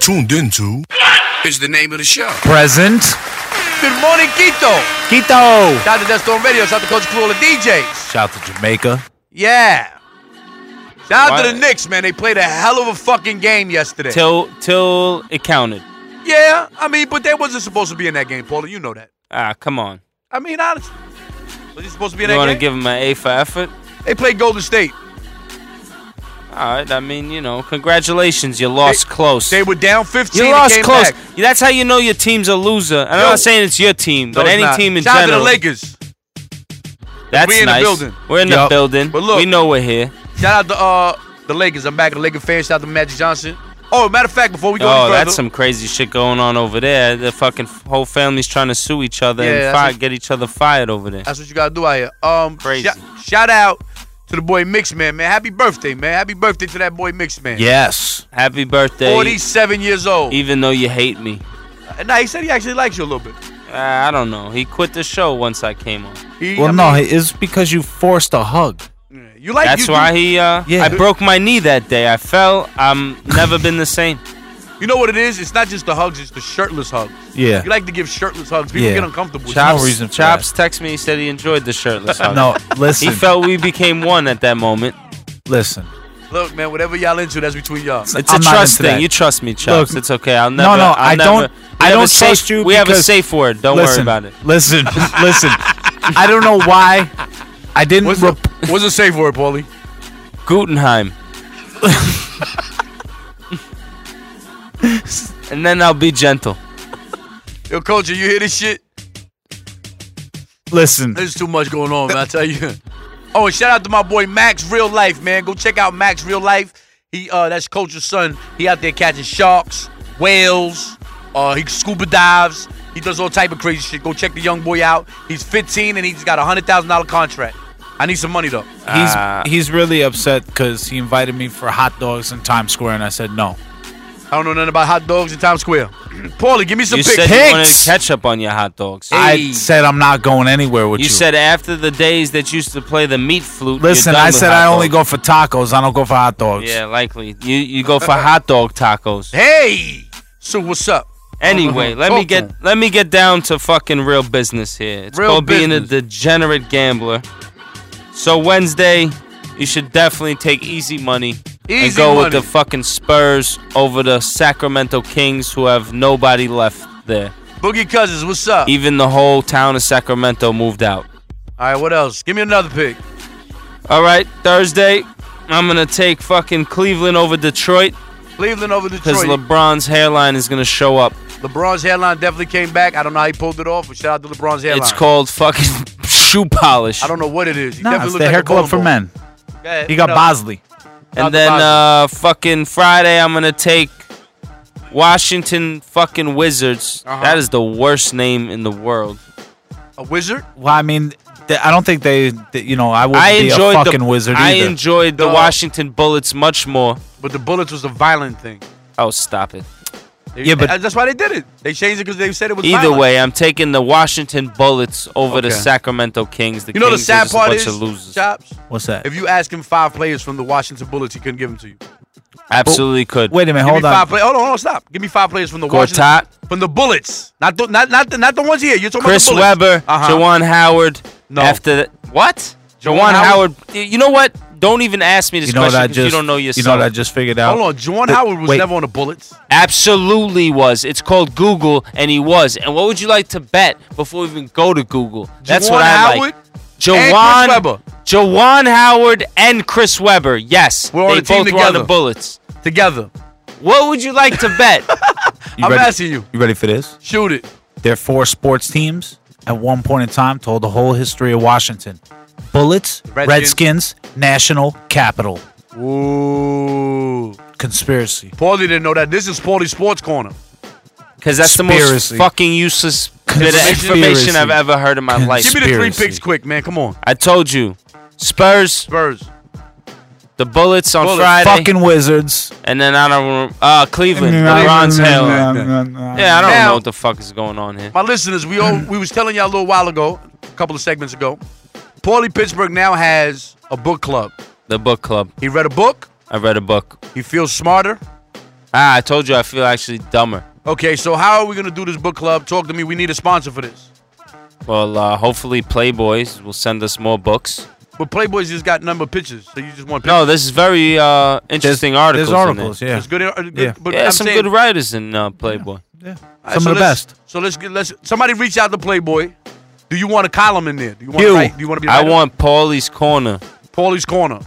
Speaker 3: tuned into is the name of the show.
Speaker 4: Present.
Speaker 5: Good morning, Quito.
Speaker 4: Quito.
Speaker 5: Shout out to Death Storm Radio. Shout out to Coach Clue, all the DJs.
Speaker 4: Shout to Jamaica.
Speaker 5: Yeah. Shout out
Speaker 2: Why-
Speaker 5: to the Knicks, man. They played a hell of a fucking game yesterday.
Speaker 2: Till till it counted.
Speaker 5: yeah, I mean, but they wasn't supposed to be in that game, Paula. You know that.
Speaker 2: Ah, come on.
Speaker 5: I mean, honestly, was he supposed to be in
Speaker 2: You
Speaker 5: that
Speaker 2: want to
Speaker 5: game?
Speaker 2: give him an A for effort?
Speaker 5: they played Golden State.
Speaker 2: All right. I mean, you know, congratulations. You lost close.
Speaker 5: They were down 15.
Speaker 2: you
Speaker 5: and
Speaker 2: lost
Speaker 5: came
Speaker 2: close.
Speaker 5: back.
Speaker 2: That's how you know your team's a loser. And
Speaker 5: No.
Speaker 2: I'm not saying it's your team,
Speaker 5: No,
Speaker 2: but
Speaker 5: it's
Speaker 2: any
Speaker 5: not.
Speaker 2: team in
Speaker 5: Shout out to
Speaker 2: general.
Speaker 5: the Lakers.
Speaker 2: That's
Speaker 5: We in the
Speaker 2: nice.
Speaker 5: building.
Speaker 2: We're in the
Speaker 4: Yup.
Speaker 2: building.
Speaker 5: But look-
Speaker 2: we know we're here.
Speaker 5: Shout out to uh, the Lakers. I'm back a Laker fan. Shout out to Magic Johnson. Oh, matter of fact, before we go
Speaker 2: Oh,
Speaker 5: any further,
Speaker 2: that's some crazy shit going on over there. The fucking f- whole family's trying to sue each other
Speaker 5: Yeah,
Speaker 2: and
Speaker 5: that's
Speaker 2: fi-
Speaker 5: what-
Speaker 2: get each other fired over there.
Speaker 5: that's what you gotta do out here. Um,
Speaker 2: Crazy.
Speaker 5: shou- shout out to the boy Mixman, man. Happy birthday, man. Happy birthday to that boy Mixman.
Speaker 4: Yes.
Speaker 2: Happy birthday,
Speaker 5: 47 years old.
Speaker 2: even though you hate me.
Speaker 5: nah, he said he actually likes you a little bit.
Speaker 2: Uh, I don't know. He quit the show once I came on.
Speaker 5: He, I
Speaker 4: Well, no,
Speaker 5: mean,
Speaker 4: it's because you forced a hug.
Speaker 5: you like
Speaker 2: That's
Speaker 5: you,
Speaker 2: why he. Uh,
Speaker 4: Yeah.
Speaker 2: I broke my knee that day. I fell. I'm never been the same.
Speaker 5: You know what it is? It's not just the hugs; it's the shirtless hugs.
Speaker 4: Yeah.
Speaker 5: You like to give shirtless hugs. People
Speaker 4: Yeah.
Speaker 5: get uncomfortable.
Speaker 4: Shout-
Speaker 2: Chops,
Speaker 4: reason for
Speaker 2: Chops texted me. He said he enjoyed the
Speaker 4: [laughs]
Speaker 2: shirtless hug.
Speaker 4: No, listen.
Speaker 2: He felt we became one at that moment.
Speaker 4: listen.
Speaker 5: Look, man, whatever y'all into, that's between y'all.
Speaker 2: It's
Speaker 4: I'm
Speaker 2: a
Speaker 4: not
Speaker 2: trust
Speaker 4: into
Speaker 2: thing.
Speaker 4: that.
Speaker 2: You trust me, Chops.
Speaker 4: Look,
Speaker 2: it's okay. I'll
Speaker 4: no,
Speaker 2: never.
Speaker 4: no,
Speaker 2: I'll
Speaker 4: I
Speaker 2: never-
Speaker 4: don't-
Speaker 2: we
Speaker 4: I
Speaker 2: have a
Speaker 4: don't
Speaker 2: safe-
Speaker 4: trust you
Speaker 2: We have a
Speaker 4: because-
Speaker 2: safe word. Don't worry
Speaker 4: listen,
Speaker 2: about it. [laughs]
Speaker 4: Listen. listen. I don't know why. I didn't.
Speaker 5: What's,
Speaker 4: [laughs] Rep-
Speaker 5: the, what's the safe word, Paulie?
Speaker 4: [laughs]
Speaker 2: Gutenheim. and then I'll be gentle.
Speaker 5: Yo, coach, you hear this shit?
Speaker 4: listen.
Speaker 5: There's too much going on, man. I tell you. [laughs] Oh, and shout out to my boy Max Real Life, man. Go check out Max Real Life. He uh that's Coach's son. He out there catching sharks, whales, uh he scuba dives. He does all type of crazy shit. Go check the young boy out. He's 15 and he's got a hundred thousand dollar contract. I need some money though.
Speaker 4: He's
Speaker 2: Ah.
Speaker 4: he's really upset because he invited me for hot dogs in Times Square and I said no.
Speaker 5: I don't know nothing about hot dogs in Times Square. [clears throat] Paulie, give me some
Speaker 2: you
Speaker 5: pics.
Speaker 2: said you wanted
Speaker 4: Pigs.
Speaker 2: ketchup on your hot dogs.
Speaker 5: Hey.
Speaker 4: I said I'm not going anywhere with
Speaker 2: you
Speaker 4: you.
Speaker 2: said after the days that you used to play the meat flute. you're
Speaker 4: listen.
Speaker 2: done
Speaker 4: I
Speaker 2: with
Speaker 4: said
Speaker 2: hot
Speaker 4: I only
Speaker 2: dogs.
Speaker 4: go for tacos. I don't go for hot dogs.
Speaker 2: Yeah, likely. You you go for hot dog tacos.
Speaker 5: hey, so what's up?
Speaker 2: Anyway, let me
Speaker 5: Talk to
Speaker 2: get let me get down to fucking real business here. It's
Speaker 5: Real
Speaker 2: called being a
Speaker 5: business.
Speaker 2: degenerate gambler. So Wednesday, you should definitely take easy money and
Speaker 5: Easy
Speaker 2: go with
Speaker 5: money.
Speaker 2: the fucking Spurs over the Sacramento Kings, who have nobody left there.
Speaker 5: Boogie Cousins, what's up?
Speaker 2: Even the whole town of Sacramento moved out.
Speaker 5: all right, what else? Give me another pic.
Speaker 2: All right, Thursday, I'm gonna take fucking Cleveland over Detroit
Speaker 5: Cleveland over Detroit.
Speaker 2: because LeBron's hairline is gonna show up.
Speaker 5: LeBron's hairline definitely came back. I don't know how he pulled it off, but shout out to LeBron's hairline.
Speaker 2: It's called fucking [laughs] shoe polish.
Speaker 5: I don't know what it is. He
Speaker 4: Nah,
Speaker 5: definitely
Speaker 4: it's
Speaker 5: looks
Speaker 4: the
Speaker 5: like
Speaker 4: hair
Speaker 5: a bowling
Speaker 4: club for
Speaker 5: ball.
Speaker 4: men.
Speaker 5: Yeah,
Speaker 4: He got
Speaker 5: no.
Speaker 4: Bosley.
Speaker 2: And
Speaker 5: Not the
Speaker 2: then
Speaker 5: Dodgers.
Speaker 2: uh, fucking Friday, I'm gonna take Washington fucking Wizards.
Speaker 5: Uh-huh.
Speaker 2: That is the worst name in the world.
Speaker 5: A wizard?
Speaker 4: Well, I mean, th- I don't think they. th- you know, I wouldn't
Speaker 2: I
Speaker 4: be a
Speaker 2: enjoyed
Speaker 4: fucking
Speaker 2: the
Speaker 4: wizard
Speaker 2: I
Speaker 4: either.
Speaker 2: enjoyed the
Speaker 5: No.
Speaker 2: Washington Bullets much more.
Speaker 5: But the bullets was a violent thing.
Speaker 2: Oh, stop it.
Speaker 5: They-
Speaker 4: Yeah, but-
Speaker 5: uh, that's why they did it. They changed it because they said it was
Speaker 2: Either
Speaker 5: violent.
Speaker 2: way, I'm taking the Washington Bullets over the
Speaker 5: Okay.
Speaker 2: Sacramento Kings. The
Speaker 5: You know the
Speaker 2: Kings are
Speaker 5: sad
Speaker 2: just a
Speaker 5: part
Speaker 2: bunch
Speaker 5: is,
Speaker 2: of losers.
Speaker 5: Chops,
Speaker 4: What's that?
Speaker 5: if you ask him five players from the Washington Bullets, he couldn't give them to you. Give
Speaker 2: Absolutely could.
Speaker 4: Wait a minute.
Speaker 5: me
Speaker 4: Hold on.
Speaker 5: five play- hold on, hold on, stop. Give me five players from the Washington
Speaker 2: Gortat,
Speaker 5: from the Bullets. Not the not not the, not the ones here. You're talking
Speaker 2: Chris
Speaker 5: about the
Speaker 2: Webber,
Speaker 5: Bullets. Uh-huh.
Speaker 2: Jawan Howard.
Speaker 5: No.
Speaker 2: After that, what? Jawan Howard.
Speaker 5: Howard-
Speaker 2: Y- You know what? Don't even ask me this
Speaker 4: You know what
Speaker 2: question
Speaker 4: I
Speaker 2: 'cause
Speaker 4: just?
Speaker 2: you don't know yourself.
Speaker 4: You know what I just figured out?
Speaker 5: Hold on, Juwan
Speaker 4: Wait,
Speaker 5: Howard was
Speaker 4: wait.
Speaker 5: never on the Bullets.
Speaker 2: Absolutely was. It's called Google, and he was. And what would you like to bet before we even go to Google? That's what
Speaker 5: Juwan
Speaker 2: I
Speaker 5: Howard
Speaker 2: like.
Speaker 5: and Chris
Speaker 2: Jawan,
Speaker 5: Webber
Speaker 2: Jawan Howard and Chris Webber. Yes,
Speaker 5: We're on
Speaker 2: they
Speaker 5: a team
Speaker 2: both were on the
Speaker 5: together.
Speaker 2: Bullets.
Speaker 5: together.
Speaker 2: What would you like to
Speaker 5: [laughs]
Speaker 2: bet?
Speaker 4: You
Speaker 5: I'm
Speaker 4: ready?
Speaker 5: asking you.
Speaker 4: You ready for this?
Speaker 5: Shoot it.
Speaker 4: Their four sports teams at one point in time told the whole history of Washington. Bullets,
Speaker 5: Redskins.
Speaker 4: Redskins, National Capital.
Speaker 5: Ooh.
Speaker 4: Conspiracy.
Speaker 5: Paulie didn't know that. This is Paulie's Sports Corner.
Speaker 2: Because that's the
Speaker 4: Conspiracy.
Speaker 2: most fucking useless bit of information
Speaker 4: Conspiracy.
Speaker 2: I've ever heard in my life.
Speaker 5: Give me the three
Speaker 4: Conspiracy.
Speaker 5: picks quick, man. Come on.
Speaker 2: I told you, Spurs,
Speaker 5: Spurs.
Speaker 2: the Bullets on
Speaker 5: Bullets.
Speaker 2: Friday,
Speaker 4: Fucking wizards. Mm-hmm.
Speaker 2: and then I don't. rem- Uh, Cleveland, LeBron's hair. Yeah, I don't
Speaker 5: Now-
Speaker 2: know what the fuck is going on here.
Speaker 5: My listeners, we all we was telling y'all a little while ago, a couple of segments ago. Paulie Pittsburgh now has a book club.
Speaker 2: The book club.
Speaker 5: He read a book.
Speaker 2: I read a book.
Speaker 5: He feels smarter.
Speaker 2: Ah, I told you I feel actually dumber.
Speaker 5: Okay, so how are we gonna do this book club? Talk to me. We need a sponsor for this.
Speaker 2: Well, uh, hopefully Playboys will send us more books.
Speaker 5: But Playboys just got number pictures, so you just want pictures.
Speaker 2: No, this is very uh, interesting articles.
Speaker 4: There's articles,
Speaker 2: in
Speaker 4: yeah.
Speaker 5: It's good. uh, good-
Speaker 4: Yeah.
Speaker 5: but
Speaker 2: there. Yeah,
Speaker 5: I'm
Speaker 2: some
Speaker 5: saying-
Speaker 2: good writers in uh, Playboy.
Speaker 4: yeah.
Speaker 5: All right,
Speaker 4: Some
Speaker 5: so
Speaker 4: of the
Speaker 5: let's-
Speaker 4: best.
Speaker 5: So let's get let's somebody reach out to Playboy. Do you want a column in there? Do you want to
Speaker 4: You.
Speaker 5: write? Do you want to be? a
Speaker 2: I
Speaker 5: writer?
Speaker 2: want Paulie's Corner.
Speaker 5: Paulie's Corner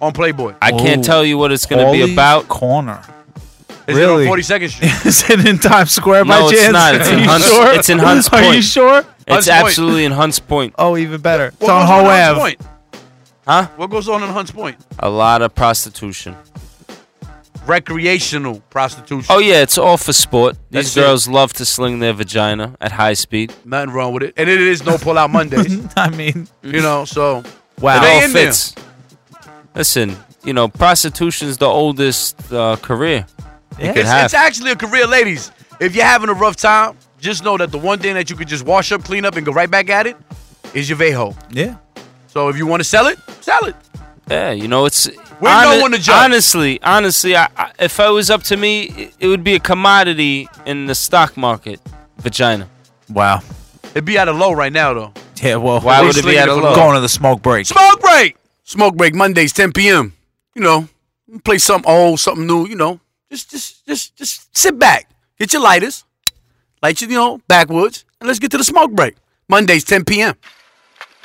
Speaker 5: on Playboy.
Speaker 2: I can't
Speaker 4: Oh.
Speaker 2: tell you what it's going to be
Speaker 4: Ollie's
Speaker 2: about.
Speaker 4: corner. [laughs]
Speaker 5: Is
Speaker 4: really?
Speaker 5: it on 42nd Street?
Speaker 4: Is it in Times Square by
Speaker 2: No, it's
Speaker 4: chance?
Speaker 2: not. It's in
Speaker 4: Are you
Speaker 2: Hunts-
Speaker 4: sure?
Speaker 2: it's in Hunts
Speaker 4: Are you
Speaker 2: Point.
Speaker 4: sure?
Speaker 2: It's
Speaker 5: Hunts Point.
Speaker 2: absolutely in Hunts Point.
Speaker 4: Oh, even better. [laughs] It's
Speaker 5: What
Speaker 4: on
Speaker 5: goes on
Speaker 4: Ho
Speaker 5: in Hunts
Speaker 4: Ave.
Speaker 5: Point?
Speaker 2: Huh?
Speaker 5: What goes on in Hunts Point?
Speaker 2: A lot of prostitution.
Speaker 5: Recreational prostitution.
Speaker 2: Oh yeah, it's all for sport. These
Speaker 5: That's it.
Speaker 2: girls love to sling their vagina at high speed.
Speaker 5: Nothing wrong with it. And it is no pull out Mondays.
Speaker 4: [laughs] I mean,
Speaker 5: you know, so
Speaker 4: wow.
Speaker 2: it
Speaker 5: They
Speaker 2: all
Speaker 5: in there.
Speaker 2: fits. Listen, you know, prostitution's the oldest uh, career.
Speaker 4: Yeah.
Speaker 2: could
Speaker 5: it's,
Speaker 2: have.
Speaker 5: it's actually a career, ladies. If you're having a rough time, just know that the one thing that you could just wash up, clean up, and go right back at it is your Vejo.
Speaker 4: Yeah.
Speaker 5: So if you want to sell it, sell it.
Speaker 2: Yeah, you know, it's.
Speaker 5: We're no one to judge.
Speaker 2: Honestly, honestly, I, I, if it was up to me, it, it would be a commodity in the stock market. Vagina.
Speaker 4: Wow.
Speaker 5: It'd be at a low right now, though.
Speaker 4: [laughs] Yeah. Well,
Speaker 2: Why
Speaker 4: we're
Speaker 2: would it be
Speaker 5: slinging
Speaker 2: at
Speaker 5: it
Speaker 2: a
Speaker 5: from
Speaker 2: low?
Speaker 4: going to the smoke break?
Speaker 5: Smoke break.
Speaker 11: Smoke break Mondays, 10 p.m. You know, play something old, something new. You know, just just just just sit back, get your lighters, light your you know backwoods, and let's get to the smoke break. Mondays, 10 p.m.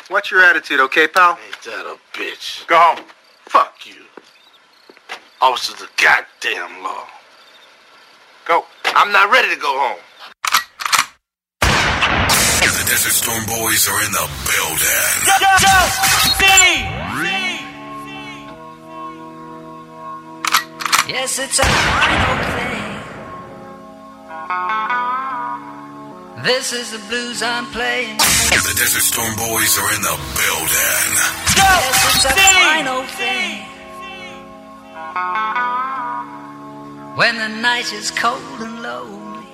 Speaker 12: What's your attitude, okay, pal?
Speaker 11: Ain't that a bitch?
Speaker 12: Go home.
Speaker 11: Fuck you. Officers of goddamn law.
Speaker 12: Go.
Speaker 11: I'm not ready to go home.
Speaker 3: The Desert Storm Boys are in the building.
Speaker 13: Yes, it's a final thing. This is the blues I'm playing.
Speaker 3: The Desert Storm Boys are in the building.
Speaker 13: Yes, it's a final thing. When the night is cold and lonely.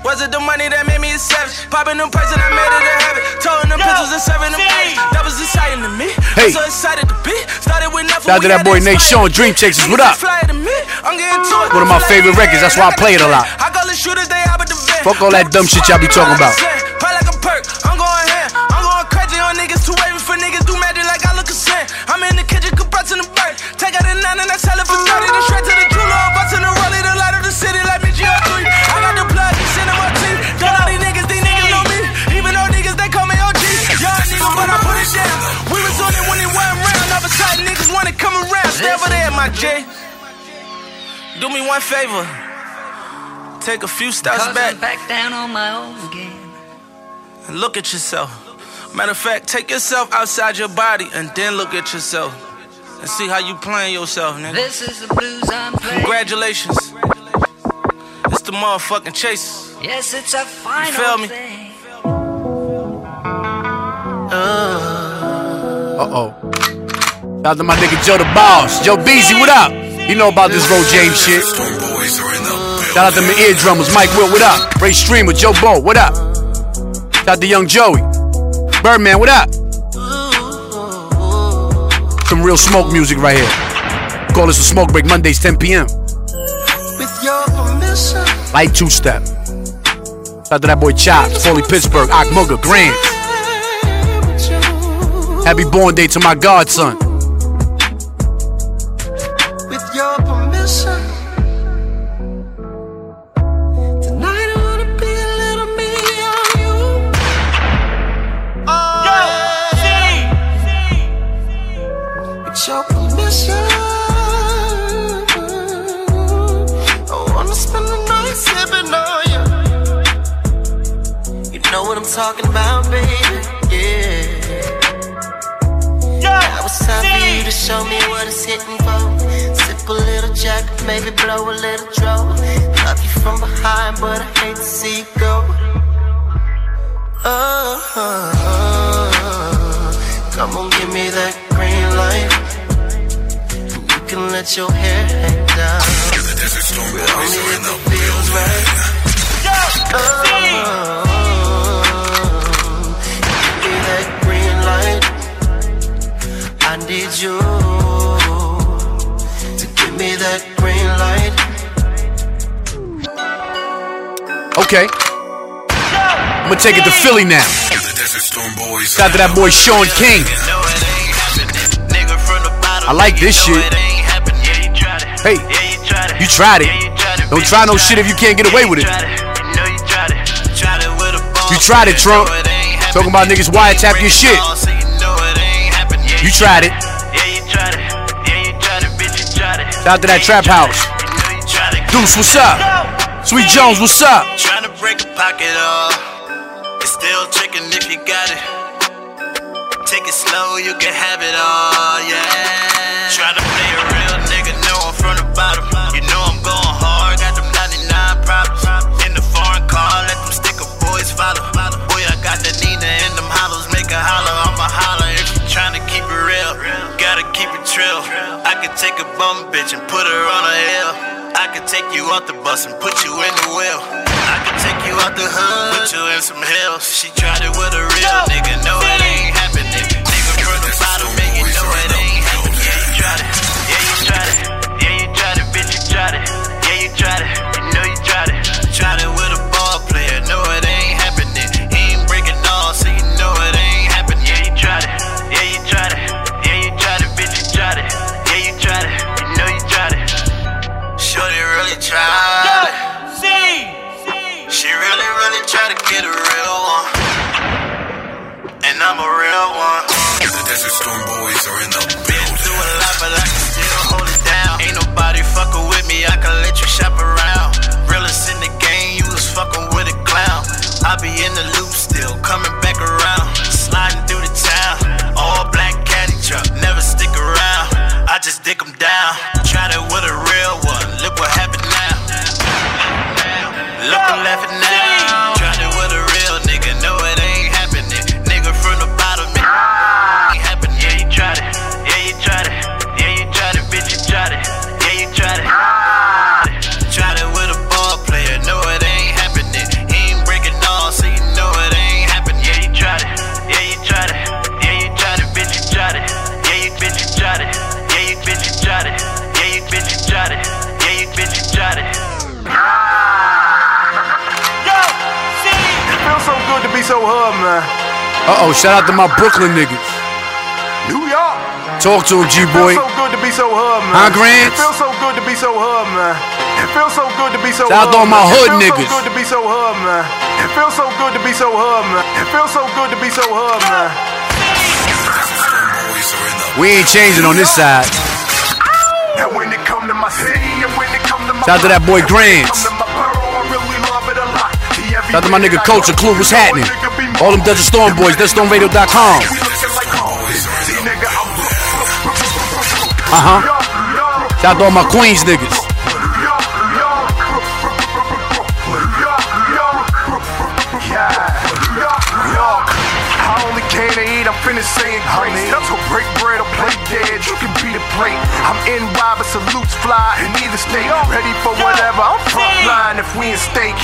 Speaker 14: Was it the money that made me a savage? Popping them prices, I made it a habit. Towing them pistols and serving them ice. That was exciting to me.
Speaker 11: Hey.
Speaker 14: I'm so excited to be. Started with nothing.
Speaker 11: Shout out
Speaker 14: we
Speaker 11: to that
Speaker 14: had to
Speaker 11: boy Nate
Speaker 14: inspire.
Speaker 11: Sean, Dream Chasers, what up?
Speaker 14: Niggas fly to me, I'm getting to it.
Speaker 11: One of my
Speaker 14: Feel like
Speaker 11: favorite
Speaker 14: a
Speaker 11: records, that's why
Speaker 14: man.
Speaker 11: I play it a lot.
Speaker 14: I call the shooters, they out with the van.
Speaker 11: Fuck all that dumb shit y'all be talking about.
Speaker 14: Probably like a perk. I'm going ham. I'm going crazy on niggas too wavy for niggas do magic like I look a sin. I'm in the kitchen, compressing the bird. Take out a nine and I sell it for 30. Then straight to the jeweler, busting the rollie, the light of the city like me GR3. I got the plug, you send my team. Don't know these niggas, these niggas know me. Even though niggas, they call me OG. Y'all niggas, but I put it down. We was on it when it wasn't round. All of a sudden, niggas wanna come around. Stay over there, my J. Do me one favor. Take a few steps back.
Speaker 13: down on my own again.
Speaker 14: and look at yourself. Matter of fact, take yourself outside your body and then look at yourself and see how you playing yourself, nigga.
Speaker 13: This is the blues I'm playing.
Speaker 14: Congratulations. It's the motherfucking chase.
Speaker 13: Yes, it's a final
Speaker 14: feel me?
Speaker 13: thing.
Speaker 11: Uh oh. Shout out to my nigga Joe the Boss. Joe Beezy, what up? You know about this Roe James shit.
Speaker 3: Storm Boys are in the building.
Speaker 11: Shout out to my eardrummers, Mike Will, what up? Ray Streamer, Joe Bo, what up? Shout out to Young Joey. Birdman, what up? Some real smoke music right here. Call us a smoke break Mondays, 10 p.m.
Speaker 14: With your permission.
Speaker 11: Light two step. Shout out to that boy Chops, Foley Pittsburgh, Akmuga, Grand. Happy born day to my godson.
Speaker 14: With your permission. Tonight I wanna be a little me on you. Oh, With your permission. I wanna spend the night sipping on you. You know what I'm talking about, baby. Yeah. Now it's time for you to show me what it's hitting for. Sip a little jack, maybe blow a little draw. Love you from behind, but I hate to see you go. Oh, come on, give me that green light. And You can let your hair hang down.
Speaker 3: The Desert Storm Boys
Speaker 14: Only
Speaker 3: are
Speaker 14: if
Speaker 3: in the
Speaker 14: it feels right. Oh, give me that green light.
Speaker 15: need you to give me that green light.
Speaker 3: Okay. I'm gonna take it to Philly now. Shout out to that boy Sean King. I like this shit. Hey, you tried it. Don't try no shit if you can't get away with it. You tried it, Trump. Talking about niggas wiretap your shit. You tried it. Shout out to that trap house. Deuce, what's up? Sweet Jones, what's up?
Speaker 15: Trying to break a pocket off. It's still tricking if you got it. Take it slow, you can have it all, yeah. Try to play a real nigga, know I'm from the bottom. You know I'm going hard, got them 99 problems. In the foreign car, let them sticker boys follow. Boy, I got the Nina in them hollows, make a holler. I'm a holler if you trying to keep it real. Gotta keep it trill. I could take a bum bitch and put her on a hill. I could take you off the bus and put you in the wheel. I could take you out the hood, put you in some hills. She tried it with a real nigga, no it ain't happening. Nigga from the bottom, and you know it ain't happening. Yeah, you tried it. Yeah, you tried it. Yeah, you tried it, bitch, you tried it. Yeah, you tried it. You know you tried it. Tried it with a ball player, no it ain't happening. He ain't breaking all, so you know it ain't happening. Yeah, you tried it. Yeah, you tried it. Yeah, you tried it, bitch, you tried it. Yeah, you tried it. You know you tried it. Shorty really tried it. She really, really tried to get a real one. And I'm a real one. The Desert Storm Boys are in the building. Through a lot, but I can still hold it down. Ain't nobody fucking with me, I can let you shop around. Realest in the game, you was fucking with a clown. I be in the loop still, coming back around. Sliding through the town. All black caddy truck, never stick around. I just dick 'em down. Tried it with a real one, look what happened now. Look who laughing now. Tried it with a real nigga, no it ain't happening. Nigga from the bottom, it ain't happening. Yeah, you tried it. Yeah, you tried it. Yeah, you tried it, bitch, you tried it. Yeah, you tried it. Tried it with a ball player, no it ain't happening. He ain't breaking all, so you know it ain't happening. Yeah, you tried it. Yeah, you tried it. Yeah, you tried it, bitch, you tried it. Yeah, you bitch, you tried it. Yeah, you bitch, you tried it. Yeah, you bitch, you tried it. Yeah, you bitch, you tried it.
Speaker 10: It feels so good to be so hub, man.
Speaker 3: Uh oh, shout out to my Brooklyn niggas.
Speaker 10: New York.
Speaker 3: Talk to him, G
Speaker 10: It
Speaker 3: Boy.
Speaker 10: feels so good to be so hub, man.
Speaker 3: Huh, Grants?
Speaker 10: It feels so good to be so hub, man. It feels so good to be so
Speaker 3: Shout out
Speaker 10: hub,
Speaker 3: to all my
Speaker 10: man.
Speaker 3: hood
Speaker 10: It feels
Speaker 3: niggas.
Speaker 10: so good to be so hub, man. It feels so good to be so hub, man. It feels so good to be so hub, man.
Speaker 3: We ain't changing on this side.
Speaker 10: And when it come to my city, and when it come to my
Speaker 3: Shout out to that boy Grants.
Speaker 10: come to my borough, I really love it a lot. See, every
Speaker 3: Shout out to my
Speaker 10: day
Speaker 3: nigga
Speaker 10: that I
Speaker 3: Culture
Speaker 10: go,
Speaker 3: Clue, what's happening? All them Desert Storm boys, DesertStormRadio.com. Uh huh. Shout out to all my Queens niggas.
Speaker 10: I only came to eat, I'm finished saying grace. That's what break bread or play dead. You can be the plate. I'm in wide, but salutes fly in either state. Ready for whatever, I'm front line if we in stake.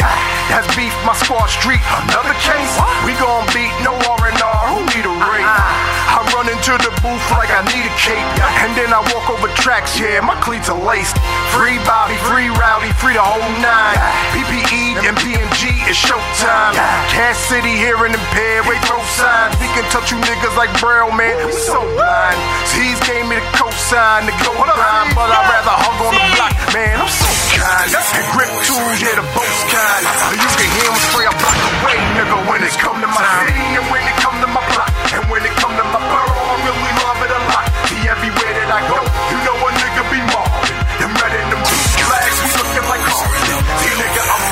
Speaker 10: That's beef, my squad street. Another case, we gon' beat no R&R. Who need a rate? I run into the booth like I need a cape. And then I walk over tracks, yeah, my cleats are laced. Free Bobby, free Rowdy, free the whole nine. PPE and PMG, it's showtime. Cash City here and impaired, wait, throw signs. We can touch you niggas like Braille, man. We so blind. Z's gave me the cosign to go blind, but I'd rather hug on the block, man. I'm so kind. The grip tools, yeah, the both kind. You can hear 'em spray a block away, nigga, when it come to my city and when it come to my block. And when it come to my borough, I really love it a lot. See, everywhere that I go, you know a nigga be marvin. Them red and them blue flags, we looking like Harvin. See, nigga, I'm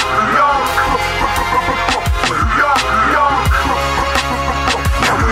Speaker 10: [laughs] Now when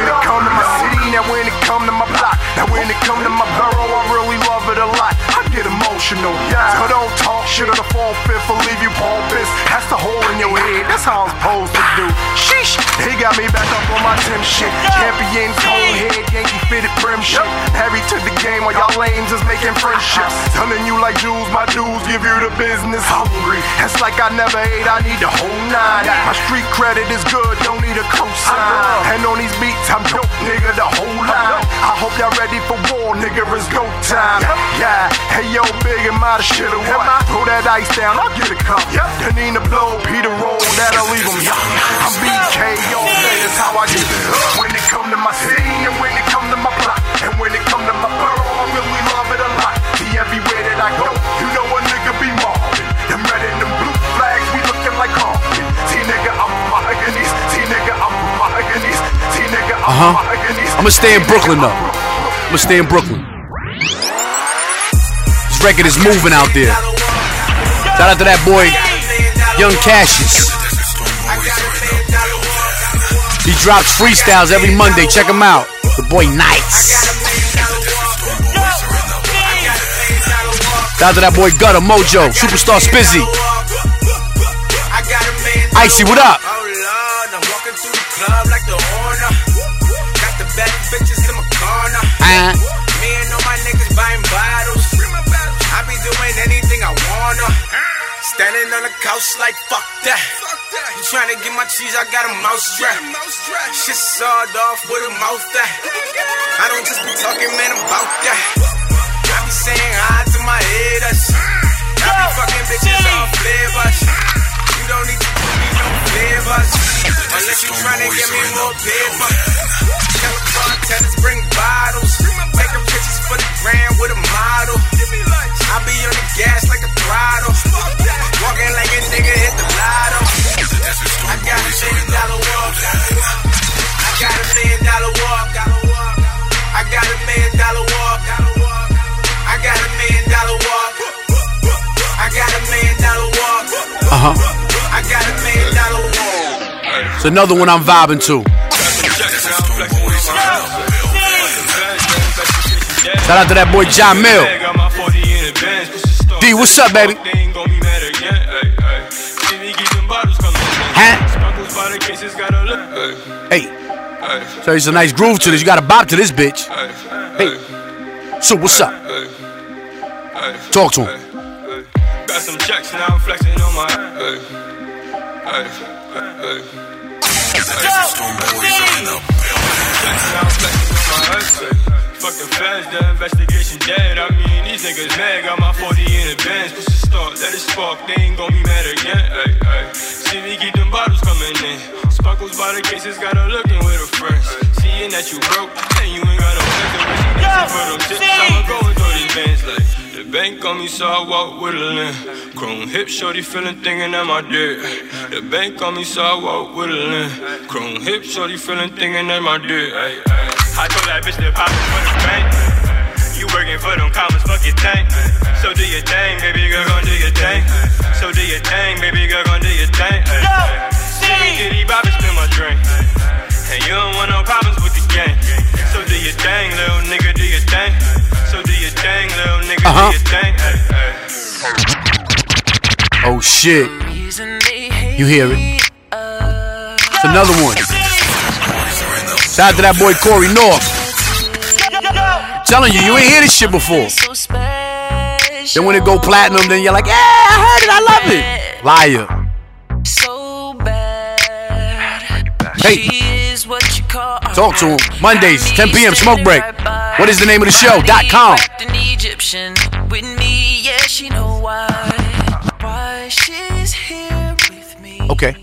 Speaker 10: it come to my city, now when it come to my block, now when it come to my borough, I really love it a lot. I get emotional, yeah. So don't talk shit on the fall fifth or leave you pompous. That's the hole in your head. That's how I'm supposed to do. Sheesh, He got me back up on my Tim shit. Champion, cone head, Yankee fitted brim shit. Harry to the game while y'all lames is making friendships. Telling you like Jews, my dudes give you the business. Hungry, that's like I never ate, I need the whole nine. My street credit is good, don't need a cosign. And on these beats, I'm dope, nigga, the whole line. I hope y'all ready for war, nigga, it's go time. Yeah, hey yo, big, am I the shit or what? Throw that ice down, I'll get a cup. Danina blow, Peter roll, that'll leave 'em young. I'm BK all day, that's how I get it up. When it come to my city, and when it come to my block, and when it come to my borough, I really love it a lot. See, everywhere that I go, you know a nigga be Marvin. Them red and them blue flags, we looking like Harvin. See, nigga, I'm Mahoganese. See, nigga, I'm Mahoganese. See, nigga, I'm
Speaker 5: Uh-huh.
Speaker 10: Mahoganese.
Speaker 5: I'ma stay in Brooklyn though. I'ma stay in Brooklyn. This record is moving out there. Shout out to that boy, Young Cassius. He drops freestyles every Monday. Check him out. The boy Knights. Shout out to that boy Gutter Mojo, Superstar Spizzy. Icy, what up?
Speaker 16: Oh Lord, I'm walking through the club like the owner. Got the bad bitches in my corner.
Speaker 5: Uh.
Speaker 16: Me and all my niggas buying bottles. I be doing anything I wanna. Standing on the couch like fuck that. You tryna get my cheese? I got a mouse trap. Shit sawed off with a mouth that. I don't just be talking, man, about that. I be saying hi to my haters. I be fucking bitches all flavors. You don't need to put me no flavors unless you tryna get me more paper. Tell the bartenders bring bottles, taking pictures for the gram with a model. I be on the gas like a throttle, walking like a nigga hit the lotto. I got a million dollar walk. I got a million dollar walk. I got a million dollar walk. I got a million dollar walk. I got a million dollar walk.
Speaker 5: Uh huh.
Speaker 16: I got a million dollar walk.
Speaker 5: It's another one I'm vibing to. Shout out to that boy John Mill. D, what's up, baby? Huh? Hey. So it's a nice groove to this. You got a bop to this bitch. Hey. So what's up? Talk to him.
Speaker 17: Got some checks, now I'm flexing on my. Hey, hey, hey, hey. Checks, now I'm flexing on my. Hey, hey. Fuck the feds, the investigation dead. I mean, these niggas mad. Got my 40 in advance. Push the start, let it spark. They ain't gon' be mad again. Hey, hey. See me keep them bottles coming in. Sparkles by the cases, got her looking with her friends. Seeing that you broke, and you ain't got a pencil. But she dancing for them tips. I'ma go and throw these bands like. The bank on me, so I walk with a limp. Chrome hip, shorty feeling thinking that my dick. The bank on me, so I walk with a limp. Chrome hip, shorty feeling thinking that my dick. Ay, ay. I told that bitch to pop it for the bank. You working for them commas, fuck your thing. So do your thing, baby girl, gon' do your thing. So do your thing, baby girl, gon' do your thing. Ay, ay. See me giddy bop and spin my drink. And you don't want no problems with the gang. So do your thing, little nigga, do your thing. So do your thing, little nigga,
Speaker 5: Uh-huh.
Speaker 17: do your thing. Ay, ay.
Speaker 5: Oh shit. You hear it? It's another one. Shout out to that boy Corey North. Telling you, you ain't hear this shit before. Then when it go platinum, then you're like, yeah, I heard it, I love it. Liar.
Speaker 1: So bad.
Speaker 5: Hey,
Speaker 1: is what you call a
Speaker 5: talk to him. Mondays, 10 p.m. Smoke break. What is the name of the show? Dot com.
Speaker 1: wrapped in Egyptian with me. Yeah, she know why. Why she's here with me.
Speaker 5: Okay.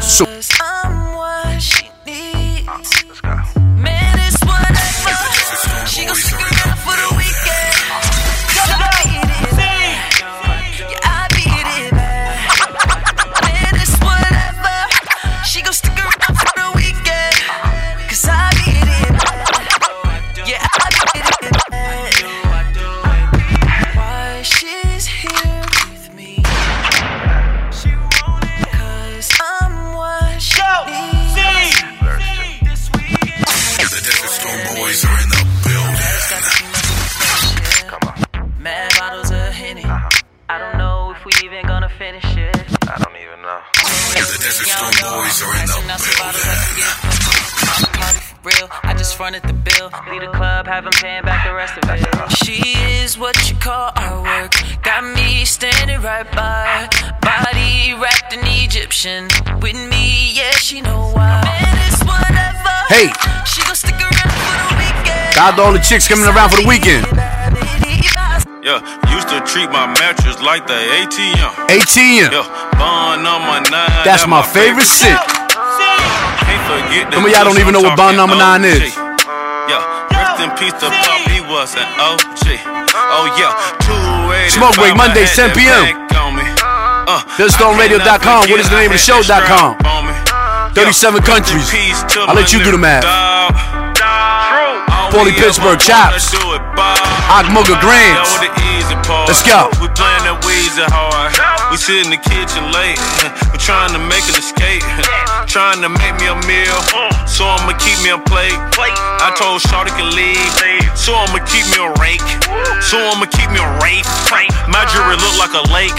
Speaker 5: So,
Speaker 1: Cause I'm what she needs. Man, it's what I want. She gon' stick around for the weekend. Yeah, I beat it bad. Yeah, I beat it bad. Man, it's whatever. She gon' stick around for the weekend. Cause I beat it bad. Yeah, I beat it bad. Why she's here with me? Cause I'm what she needs.
Speaker 3: The Desert Storm Boys are in the building.
Speaker 1: Mad bottles of Henny. Uh-huh. I don't know if we even gonna finish it.
Speaker 3: The Desert Storm
Speaker 18: Stone Boys are in the
Speaker 1: [laughs]
Speaker 6: real. I just fronted the bill. Leave the club, have him paying back the rest of it. She is what you call artwork. Got me standing right by. Body wrapped in Egyptian. With me, yeah, she know why.
Speaker 1: Uh-huh.
Speaker 6: Man, it's whatever.
Speaker 3: Hey.
Speaker 6: She gon' stick around for the weekend.
Speaker 3: Shout out to all the chicks coming around for the weekend.
Speaker 19: Yeah, used to treat my mattress like the ATM.
Speaker 3: ATM.
Speaker 19: Yeah, bond on my nine.
Speaker 3: That's my favorite shit.
Speaker 19: Can't forget the
Speaker 3: Some of y'all don't
Speaker 19: pussy,
Speaker 3: even know what bond
Speaker 19: I'm
Speaker 3: number nine
Speaker 19: talking
Speaker 3: is.
Speaker 19: OG. Yeah, rest in peace to Pop, he was an OG. Oh yeah, two
Speaker 3: Smoke break Monday, 10 p.m.
Speaker 19: Uh,
Speaker 3: TheStoneRadio.com. What is the name of the show.com? 37 countries. I'll let you do the math. 40 Pittsburgh Chops. Ogmugga Grands. Let's go.
Speaker 19: We playing that Weezy hard. We sit in the kitchen late. We trying to make an escape. trying to make me a meal. So I'ma keep me a plate. I told Shawty can leave. So I'ma keep me a rake. So I'ma keep me a rape. My jewelry look like a lake.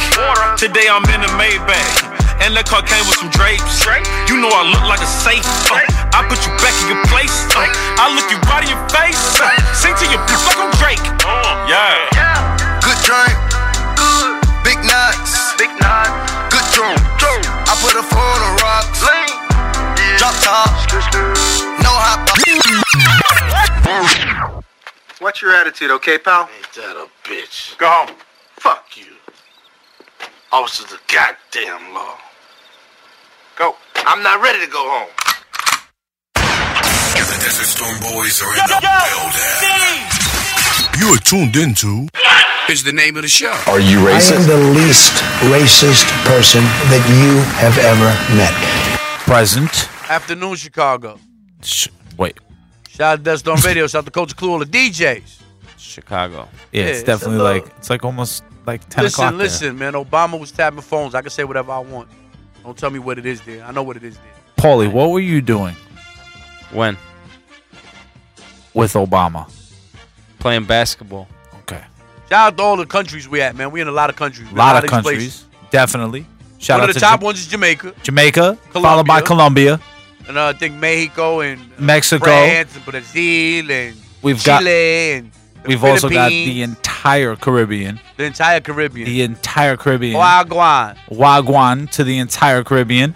Speaker 19: Today I'm in the Maybach. And that car came with some drapes. You know I look like a safe. uh. I put you back in your place. uh. I look you right in your face. uh. Sing to your bitch like I'm Drake. Yeah.
Speaker 20: Good drink. Good. Big knots. Big knot. Good drone. I put a phone on rocks. Drop top. No hot
Speaker 21: What's your attitude, okay, pal?
Speaker 11: Ain't that a bitch?
Speaker 21: Go home.
Speaker 11: Fuck you. Officer, the goddamn law. Go. I'm not ready to go home.
Speaker 18: The Desert Storm Boys are in the building.
Speaker 3: You are tuned into. Is the name of the show.
Speaker 22: Are you
Speaker 3: racist?
Speaker 22: I am the least racist person that you have ever met.
Speaker 4: Present.
Speaker 5: Afternoon, Chicago.
Speaker 2: Wait,
Speaker 5: Shout out to Dust on Radio. Shout out to Coach Clue, all the DJs.
Speaker 2: Chicago.
Speaker 4: Yeah,
Speaker 5: Yeah,
Speaker 4: it's
Speaker 5: it's
Speaker 4: definitely
Speaker 5: a
Speaker 4: like it's like almost like ten
Speaker 5: listen,
Speaker 4: o'clock.
Speaker 5: listen, man. Obama was tapping phones. I can say whatever I want. Don't tell me what it is there. I know what it is there.
Speaker 4: There. Paulie, what were you doing
Speaker 2: when
Speaker 4: with Obama?
Speaker 2: playing basketball.
Speaker 4: Okay.
Speaker 5: Shout out to all the countries we at, man. We in a lot of countries.
Speaker 4: A
Speaker 5: man.
Speaker 4: lot of
Speaker 5: these
Speaker 4: countries,
Speaker 5: places.
Speaker 4: definitely. Shout
Speaker 5: One
Speaker 4: out
Speaker 5: of the
Speaker 4: to
Speaker 5: top
Speaker 4: Ja-
Speaker 5: ones is Jamaica,
Speaker 4: Jamaica, followed by Colombia.
Speaker 5: and uh, I think Mexico and uh,
Speaker 4: Mexico.
Speaker 5: France and Brazil and
Speaker 4: We've
Speaker 5: Chile
Speaker 4: got-
Speaker 5: and the
Speaker 4: We've also got
Speaker 5: Philippines,
Speaker 4: the entire Caribbean,
Speaker 5: the entire Caribbean.
Speaker 4: the entire Caribbean,
Speaker 5: Wagwan.
Speaker 4: Wagwan to the entire Caribbean.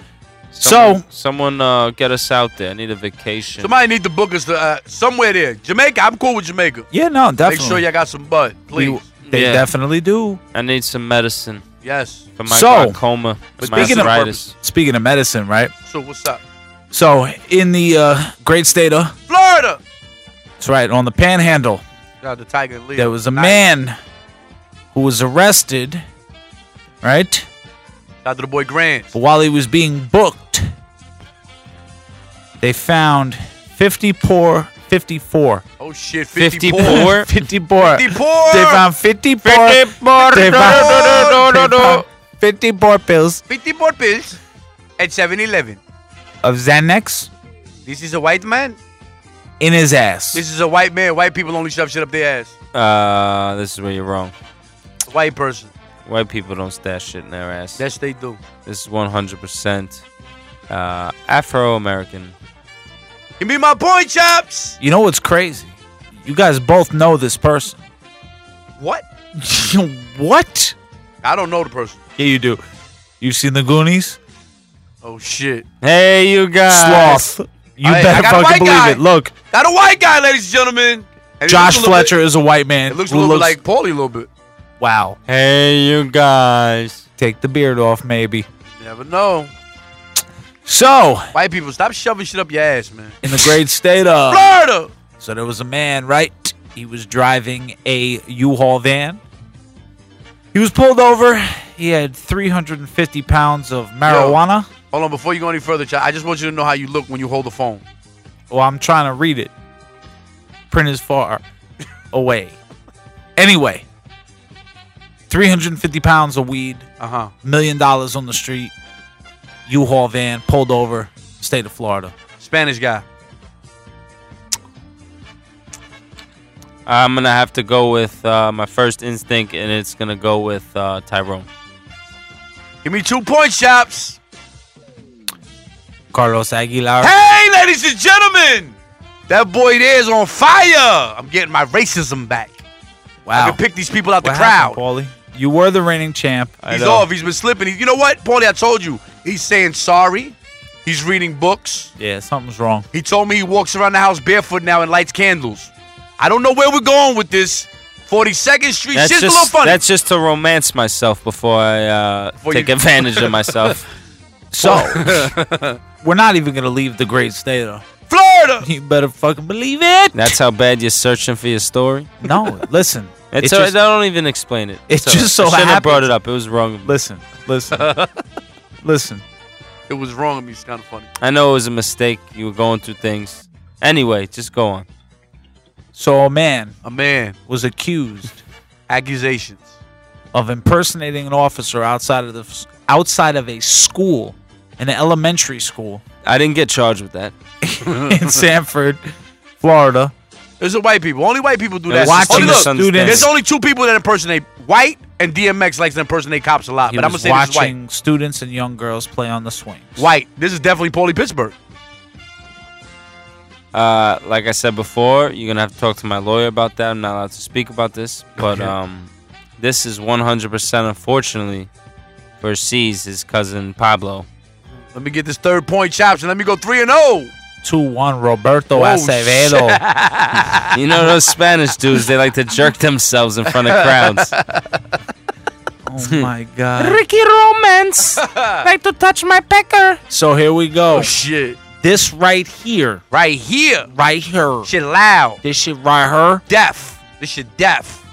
Speaker 2: Someone, so someone uh, get us out there. I need a vacation.
Speaker 5: Somebody need to book us to, uh, somewhere there. Jamaica. I'm cool with Jamaica.
Speaker 4: Yeah, no,
Speaker 5: Make sure
Speaker 2: definitely.
Speaker 5: y'all got some bud, please.
Speaker 4: They definitely do.
Speaker 2: I need some medicine.
Speaker 5: Yes.
Speaker 2: For my
Speaker 4: So,
Speaker 2: glaucoma,
Speaker 4: But
Speaker 2: my
Speaker 4: speaking of
Speaker 2: arthritis.
Speaker 4: speaking of medicine, right?
Speaker 5: so what's up,
Speaker 4: So in the uh, great state of
Speaker 5: Florida?
Speaker 4: that's right on the Panhandle,
Speaker 5: Shout out to Tiger and Leo.
Speaker 4: there was a man who was arrested, right?
Speaker 5: Shout out to the boy Grant.
Speaker 4: But while he was being booked, they found 50 poor, 54.
Speaker 5: Oh shit,
Speaker 4: 50 [laughs]
Speaker 5: 50
Speaker 4: poor? 50 poor.
Speaker 5: 50 poor.
Speaker 4: They found 50 poor. 50
Speaker 5: poor.
Speaker 4: They
Speaker 5: No,
Speaker 4: found,
Speaker 5: no, no, no,
Speaker 4: they
Speaker 5: no.
Speaker 4: found 50 poor pills
Speaker 5: 54 pills at 7-Eleven.
Speaker 4: of Xanax
Speaker 5: This is a white man.
Speaker 4: in his ass.
Speaker 5: This is a white man. White people only shove shit up their ass.
Speaker 2: Uh, this is where you're wrong.
Speaker 5: It's a white person.
Speaker 2: White people don't stash shit in their ass.
Speaker 5: Yes, they do.
Speaker 2: This is 100% uh, Afro American.
Speaker 5: Give me my point, chops.
Speaker 4: You know what's crazy? You guys both know this person. [laughs]
Speaker 5: What?
Speaker 4: what?
Speaker 5: I don't know the person.
Speaker 4: Yeah, you do. You've seen the Goonies?
Speaker 5: Oh shit.
Speaker 2: Hey, you guys.
Speaker 4: Sloth. You
Speaker 5: Hey, I
Speaker 4: better
Speaker 5: got a white
Speaker 4: fucking believe
Speaker 5: guy.
Speaker 4: it. Look,
Speaker 5: Got a white guy, ladies and gentlemen. And he
Speaker 4: Josh
Speaker 5: looks a little
Speaker 4: Fletcher is a white man.
Speaker 5: Bit, it looks a
Speaker 4: who
Speaker 5: little bit like Paulie a little bit.
Speaker 4: Wow.
Speaker 2: Hey, you guys.
Speaker 4: Take the beard off, maybe.
Speaker 5: Never know.
Speaker 4: So,
Speaker 5: White people, stop shoving shit up your ass, man.
Speaker 4: in the great state
Speaker 5: [laughs]
Speaker 4: of
Speaker 5: Florida.
Speaker 4: So there was a man, right? He was driving a U-Haul van. He was pulled over. He had 350 pounds of marijuana.
Speaker 5: Hold on, before you go any further, child, I just want you to know how you look when you hold the phone.
Speaker 4: Well, I'm trying to read it. Print is far away. Anyway, 350 pounds of weed.
Speaker 5: Uh huh.
Speaker 4: Million dollars on the street. U-Haul van pulled over. State of Florida.
Speaker 5: Spanish guy.
Speaker 2: I'm going to have to go with uh, my first instinct, and it's going to go with uh, Tyrone.
Speaker 5: Give me two point shops.
Speaker 4: Carlos Aguilar.
Speaker 5: Hey, ladies and gentlemen, that boy there is on fire. I'm getting my racism back.
Speaker 4: Wow.
Speaker 5: I can pick these people out the
Speaker 4: What
Speaker 5: crowd.
Speaker 4: happened, Paulie? You were the reigning champ.
Speaker 5: He's off. He's been slipping. He, you know what, Paulie? I told you. He's saying sorry. He's reading books.
Speaker 4: Yeah, something's wrong.
Speaker 5: He told me he walks around the house barefoot now and lights candles. I don't know where we're going with this. 42nd Street
Speaker 2: That's
Speaker 5: shit's
Speaker 2: just,
Speaker 5: a little funny.
Speaker 2: that's just to romance myself before I uh, take
Speaker 5: you-
Speaker 2: advantage of
Speaker 4: [laughs]
Speaker 2: myself.
Speaker 4: So, we're not even going to leave the great state of
Speaker 5: Florida.
Speaker 4: [laughs] You better fucking believe it.
Speaker 2: That's how bad you're searching for your story.
Speaker 4: [laughs] No, listen.
Speaker 2: It's
Speaker 4: it
Speaker 2: all-
Speaker 4: just-
Speaker 2: I don't even explain it.
Speaker 4: it
Speaker 2: It's all
Speaker 4: just
Speaker 2: right.
Speaker 4: so
Speaker 2: I shouldn't have brought
Speaker 4: happens-
Speaker 2: it up. It was wrong. of me.
Speaker 4: Listen, listen, [laughs] listen.
Speaker 5: it was wrong of me. It's kind of funny.
Speaker 2: I know it was a mistake. You were going through things. Anyway, just go on.
Speaker 4: So, a man
Speaker 5: A man.
Speaker 4: was accused
Speaker 5: Accusations.
Speaker 4: of impersonating an officer outside of the outside of a school, an elementary [laughs] school
Speaker 2: I didn't get charged with that.
Speaker 4: in Sanford, Florida.
Speaker 5: It's the white people. Only white people do
Speaker 2: It
Speaker 5: that.
Speaker 2: was just
Speaker 5: Only
Speaker 2: a
Speaker 5: look,
Speaker 2: misunderstanding.
Speaker 5: There's only two people that impersonate white, and DMX likes to impersonate cops a lot.
Speaker 4: He
Speaker 5: but I'm gonna
Speaker 4: was
Speaker 5: say this is white.
Speaker 4: watching students and young girls play on the swing.
Speaker 5: White. This is definitely Paulie Pittsburgh.
Speaker 2: Uh, like I said before, you're gonna have to talk to my lawyer about that. I'm not allowed to speak about this, but um, this is 100% unfortunately for C's his cousin Pablo.
Speaker 5: Let me get this third point chops and let me go three and oh. zero.
Speaker 4: Two one Roberto
Speaker 5: Oh,
Speaker 4: Acevedo.
Speaker 2: You
Speaker 15: [laughs]
Speaker 2: know those Spanish dudes? They like to jerk themselves in front of
Speaker 15: [laughs]
Speaker 2: crowds.
Speaker 5: [laughs]
Speaker 4: Oh my god.
Speaker 15: Ricky
Speaker 2: [laughs]
Speaker 15: Romance, like to touch my pecker.
Speaker 4: So here we go.
Speaker 5: Oh, Shit.
Speaker 4: This right here,
Speaker 5: Right here.
Speaker 4: right here,
Speaker 5: Shit loud.
Speaker 4: this shit right here
Speaker 5: Deaf. This shit deaf.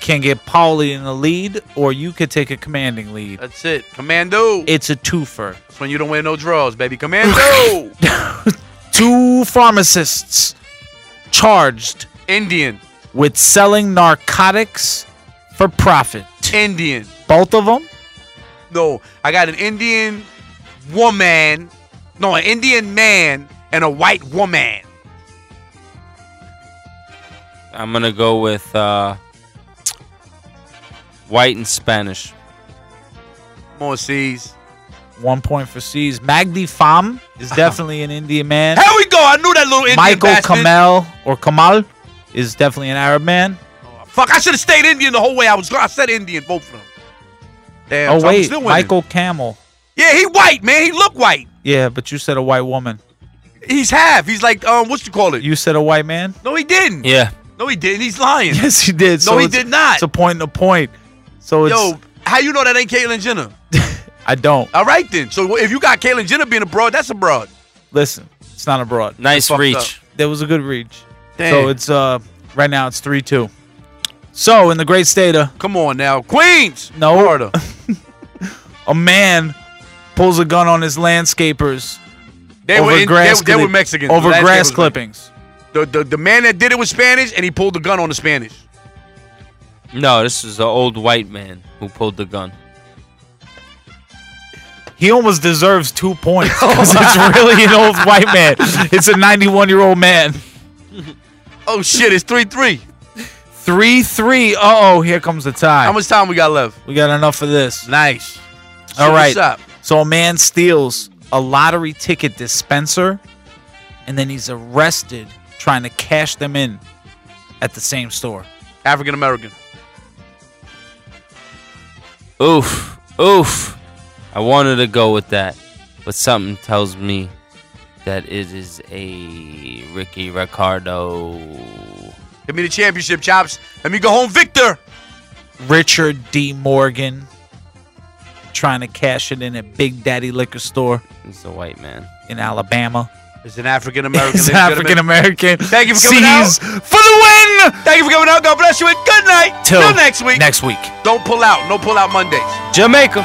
Speaker 4: can get Paulie in the lead, or you could take a commanding lead.
Speaker 5: That's it. Commando.
Speaker 4: It's a twofer.
Speaker 5: That's when you don't wear no drawers,
Speaker 4: [laughs]
Speaker 5: baby. Commando.
Speaker 4: Two pharmacists charged
Speaker 5: Indian.
Speaker 4: with selling narcotics for profit.
Speaker 5: Indian.
Speaker 4: Both of them?
Speaker 5: No, I got an Indian woman. No, an Indian man and a white woman.
Speaker 2: I'm gonna go with uh, white and Spanish.
Speaker 5: Come on, C's.
Speaker 4: One point for C's. Magdi Pham
Speaker 5: [laughs]
Speaker 4: is definitely an Indian man.
Speaker 5: Here we go. I knew that little Indian
Speaker 4: Michael
Speaker 5: bastard.
Speaker 4: Kamel or Kamal is definitely an Arab man.
Speaker 5: Fuck, I should have stayed Indian the whole way. I was. I said Indian. Both of them. Damn.
Speaker 4: oh
Speaker 5: so I'm
Speaker 4: wait,
Speaker 5: still winning.
Speaker 4: Michael Camel.
Speaker 5: Yeah, he white man. He look white.
Speaker 4: Yeah, but you said a white woman.
Speaker 5: He's half. He's like um, what you call it?
Speaker 4: You said a white
Speaker 5: [laughs]
Speaker 4: man?
Speaker 5: no, he didn't.
Speaker 2: Yeah,
Speaker 5: No, he didn't. He's lying.
Speaker 4: Yes, he did.
Speaker 5: No,
Speaker 4: So
Speaker 5: he
Speaker 4: it's-
Speaker 5: did not.
Speaker 4: It's a point and a point. So it's
Speaker 5: Yo, how you know that ain't Caitlyn Jenner?
Speaker 4: I don't
Speaker 5: All right then. So if you got Caitlyn Jenner being abroad, that's abroad.
Speaker 4: listen. It's not abroad.
Speaker 2: nice
Speaker 5: fucked
Speaker 2: reach.
Speaker 5: up.
Speaker 4: That was a good reach.
Speaker 5: Damn.
Speaker 4: So it's uh right now it's three two. So in the great state of
Speaker 5: Come on now, Queens.
Speaker 4: No. [laughs]
Speaker 5: Florida.
Speaker 4: a man pulls a gun on his landscapers
Speaker 5: They
Speaker 4: over
Speaker 5: were in,
Speaker 4: grass.
Speaker 5: they, they were
Speaker 4: clipping-
Speaker 5: Mexicans.
Speaker 4: Over
Speaker 5: Last name
Speaker 4: grass
Speaker 5: was-
Speaker 4: clippings.
Speaker 5: The, the the man that did it was Spanish, and he pulled the gun on the Spanish.
Speaker 2: No, this is an old white man who pulled the gun.
Speaker 4: He almost deserves two points because
Speaker 5: [laughs] Oh,
Speaker 4: it's really an old white man. It's a 91 year old man.
Speaker 5: Oh shit! It's three three.
Speaker 4: Three three. Uh oh, here comes the tie.
Speaker 5: How much time we got left?
Speaker 4: we got enough of this.
Speaker 5: Nice.
Speaker 4: All right.
Speaker 5: What's up?
Speaker 4: So a man steals a lottery ticket dispenser and then he's arrested trying to cash them in at the same store.
Speaker 5: African American.
Speaker 2: Oof, oof. I wanted to go with that, but something tells me that it is a Ricky Ricardo.
Speaker 5: Give me the championship chops. Let me go home, Victor.
Speaker 4: Richard D. Morgan trying to cash it in at Big Daddy Liquor Store
Speaker 2: He's a white man.
Speaker 4: in Alabama.
Speaker 5: It's an African American.
Speaker 4: [laughs] It's African American.
Speaker 5: Thank you for coming
Speaker 4: Sees for the win.
Speaker 5: Thank you for coming out. God bless you and good night.
Speaker 4: Till
Speaker 5: Till next week.
Speaker 4: Next week.
Speaker 5: Don't pull out. No pull out Mondays.
Speaker 2: Jamaica.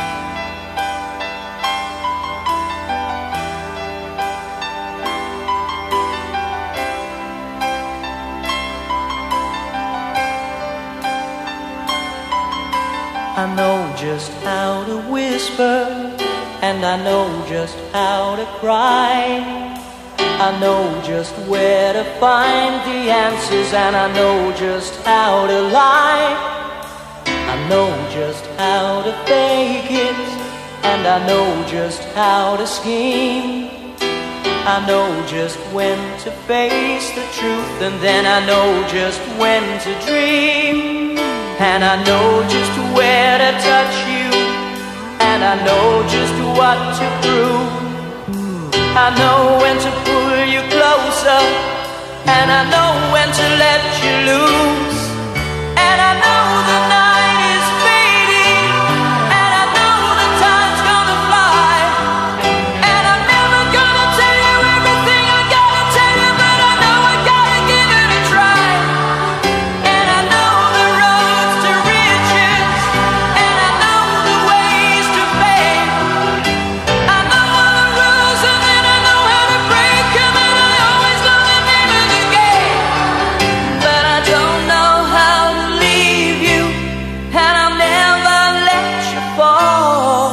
Speaker 23: I know just how to whisper, and I know just how to cry. I know just where to find the answers, and I know just how to lie. I know just how to fake it, and I know just how to scheme.
Speaker 1: I know just when to face the truth, and then I know just when to dream. And I know just where to touch you, and I know just what to prove. I know when to pull you closer, and I know when to let you loose. And I know the night is fading, and I know the time's gonna fly. And I'm never gonna tell you everything I gotta tell you, but I know I gotta give it a try. And I know the roads to riches, and I know the ways to fame. I know all the rules, and then I know how to break 'em, and I always know the name of the game. But I don't know how to leave you, and I'll never let you fall.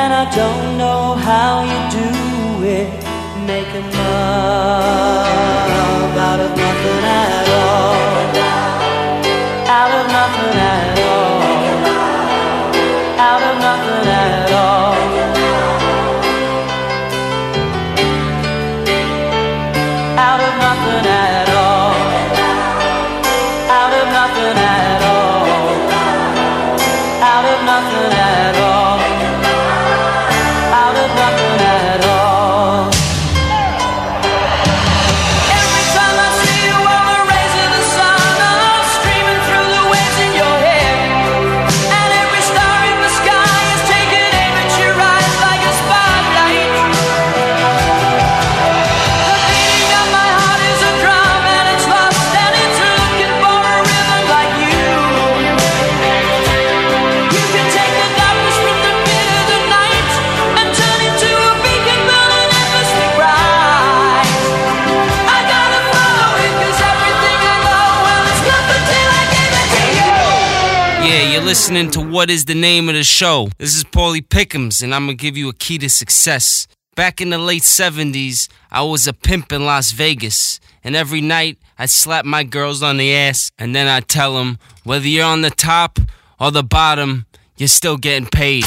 Speaker 1: And I don't know how you do it. Make a love out of nothing at all. Out of nothing at all. Out of nothing at all. Out of nothing at all. Out of nothing at all. Out of nothing at all. Out of nothing at all. Every time I see you, I'm a rays of the sun. I'm streaming through the waves in your hair. And every star in the sky is taking aim at your eyes like a spotlight. The beating of my heart is a drum, and it's lost, and it's looking for a rhythm like you. You can take the darkness with the bitter, the night, and turn it to a beacon burning endlessly bright. I gotta follow it 'cause everything I know, well, it's nothing till I give it to you.
Speaker 2: Yeah, you're listening to What is the Name of the Show? This is Paulie Pickums, and I'm gonna give you a key to success. Back in the late 70s, I was a pimp in Las Vegas, and every night I'd slap my girls on the ass, and then I'd tell them whether you're on the top or the bottom, you're still getting paid.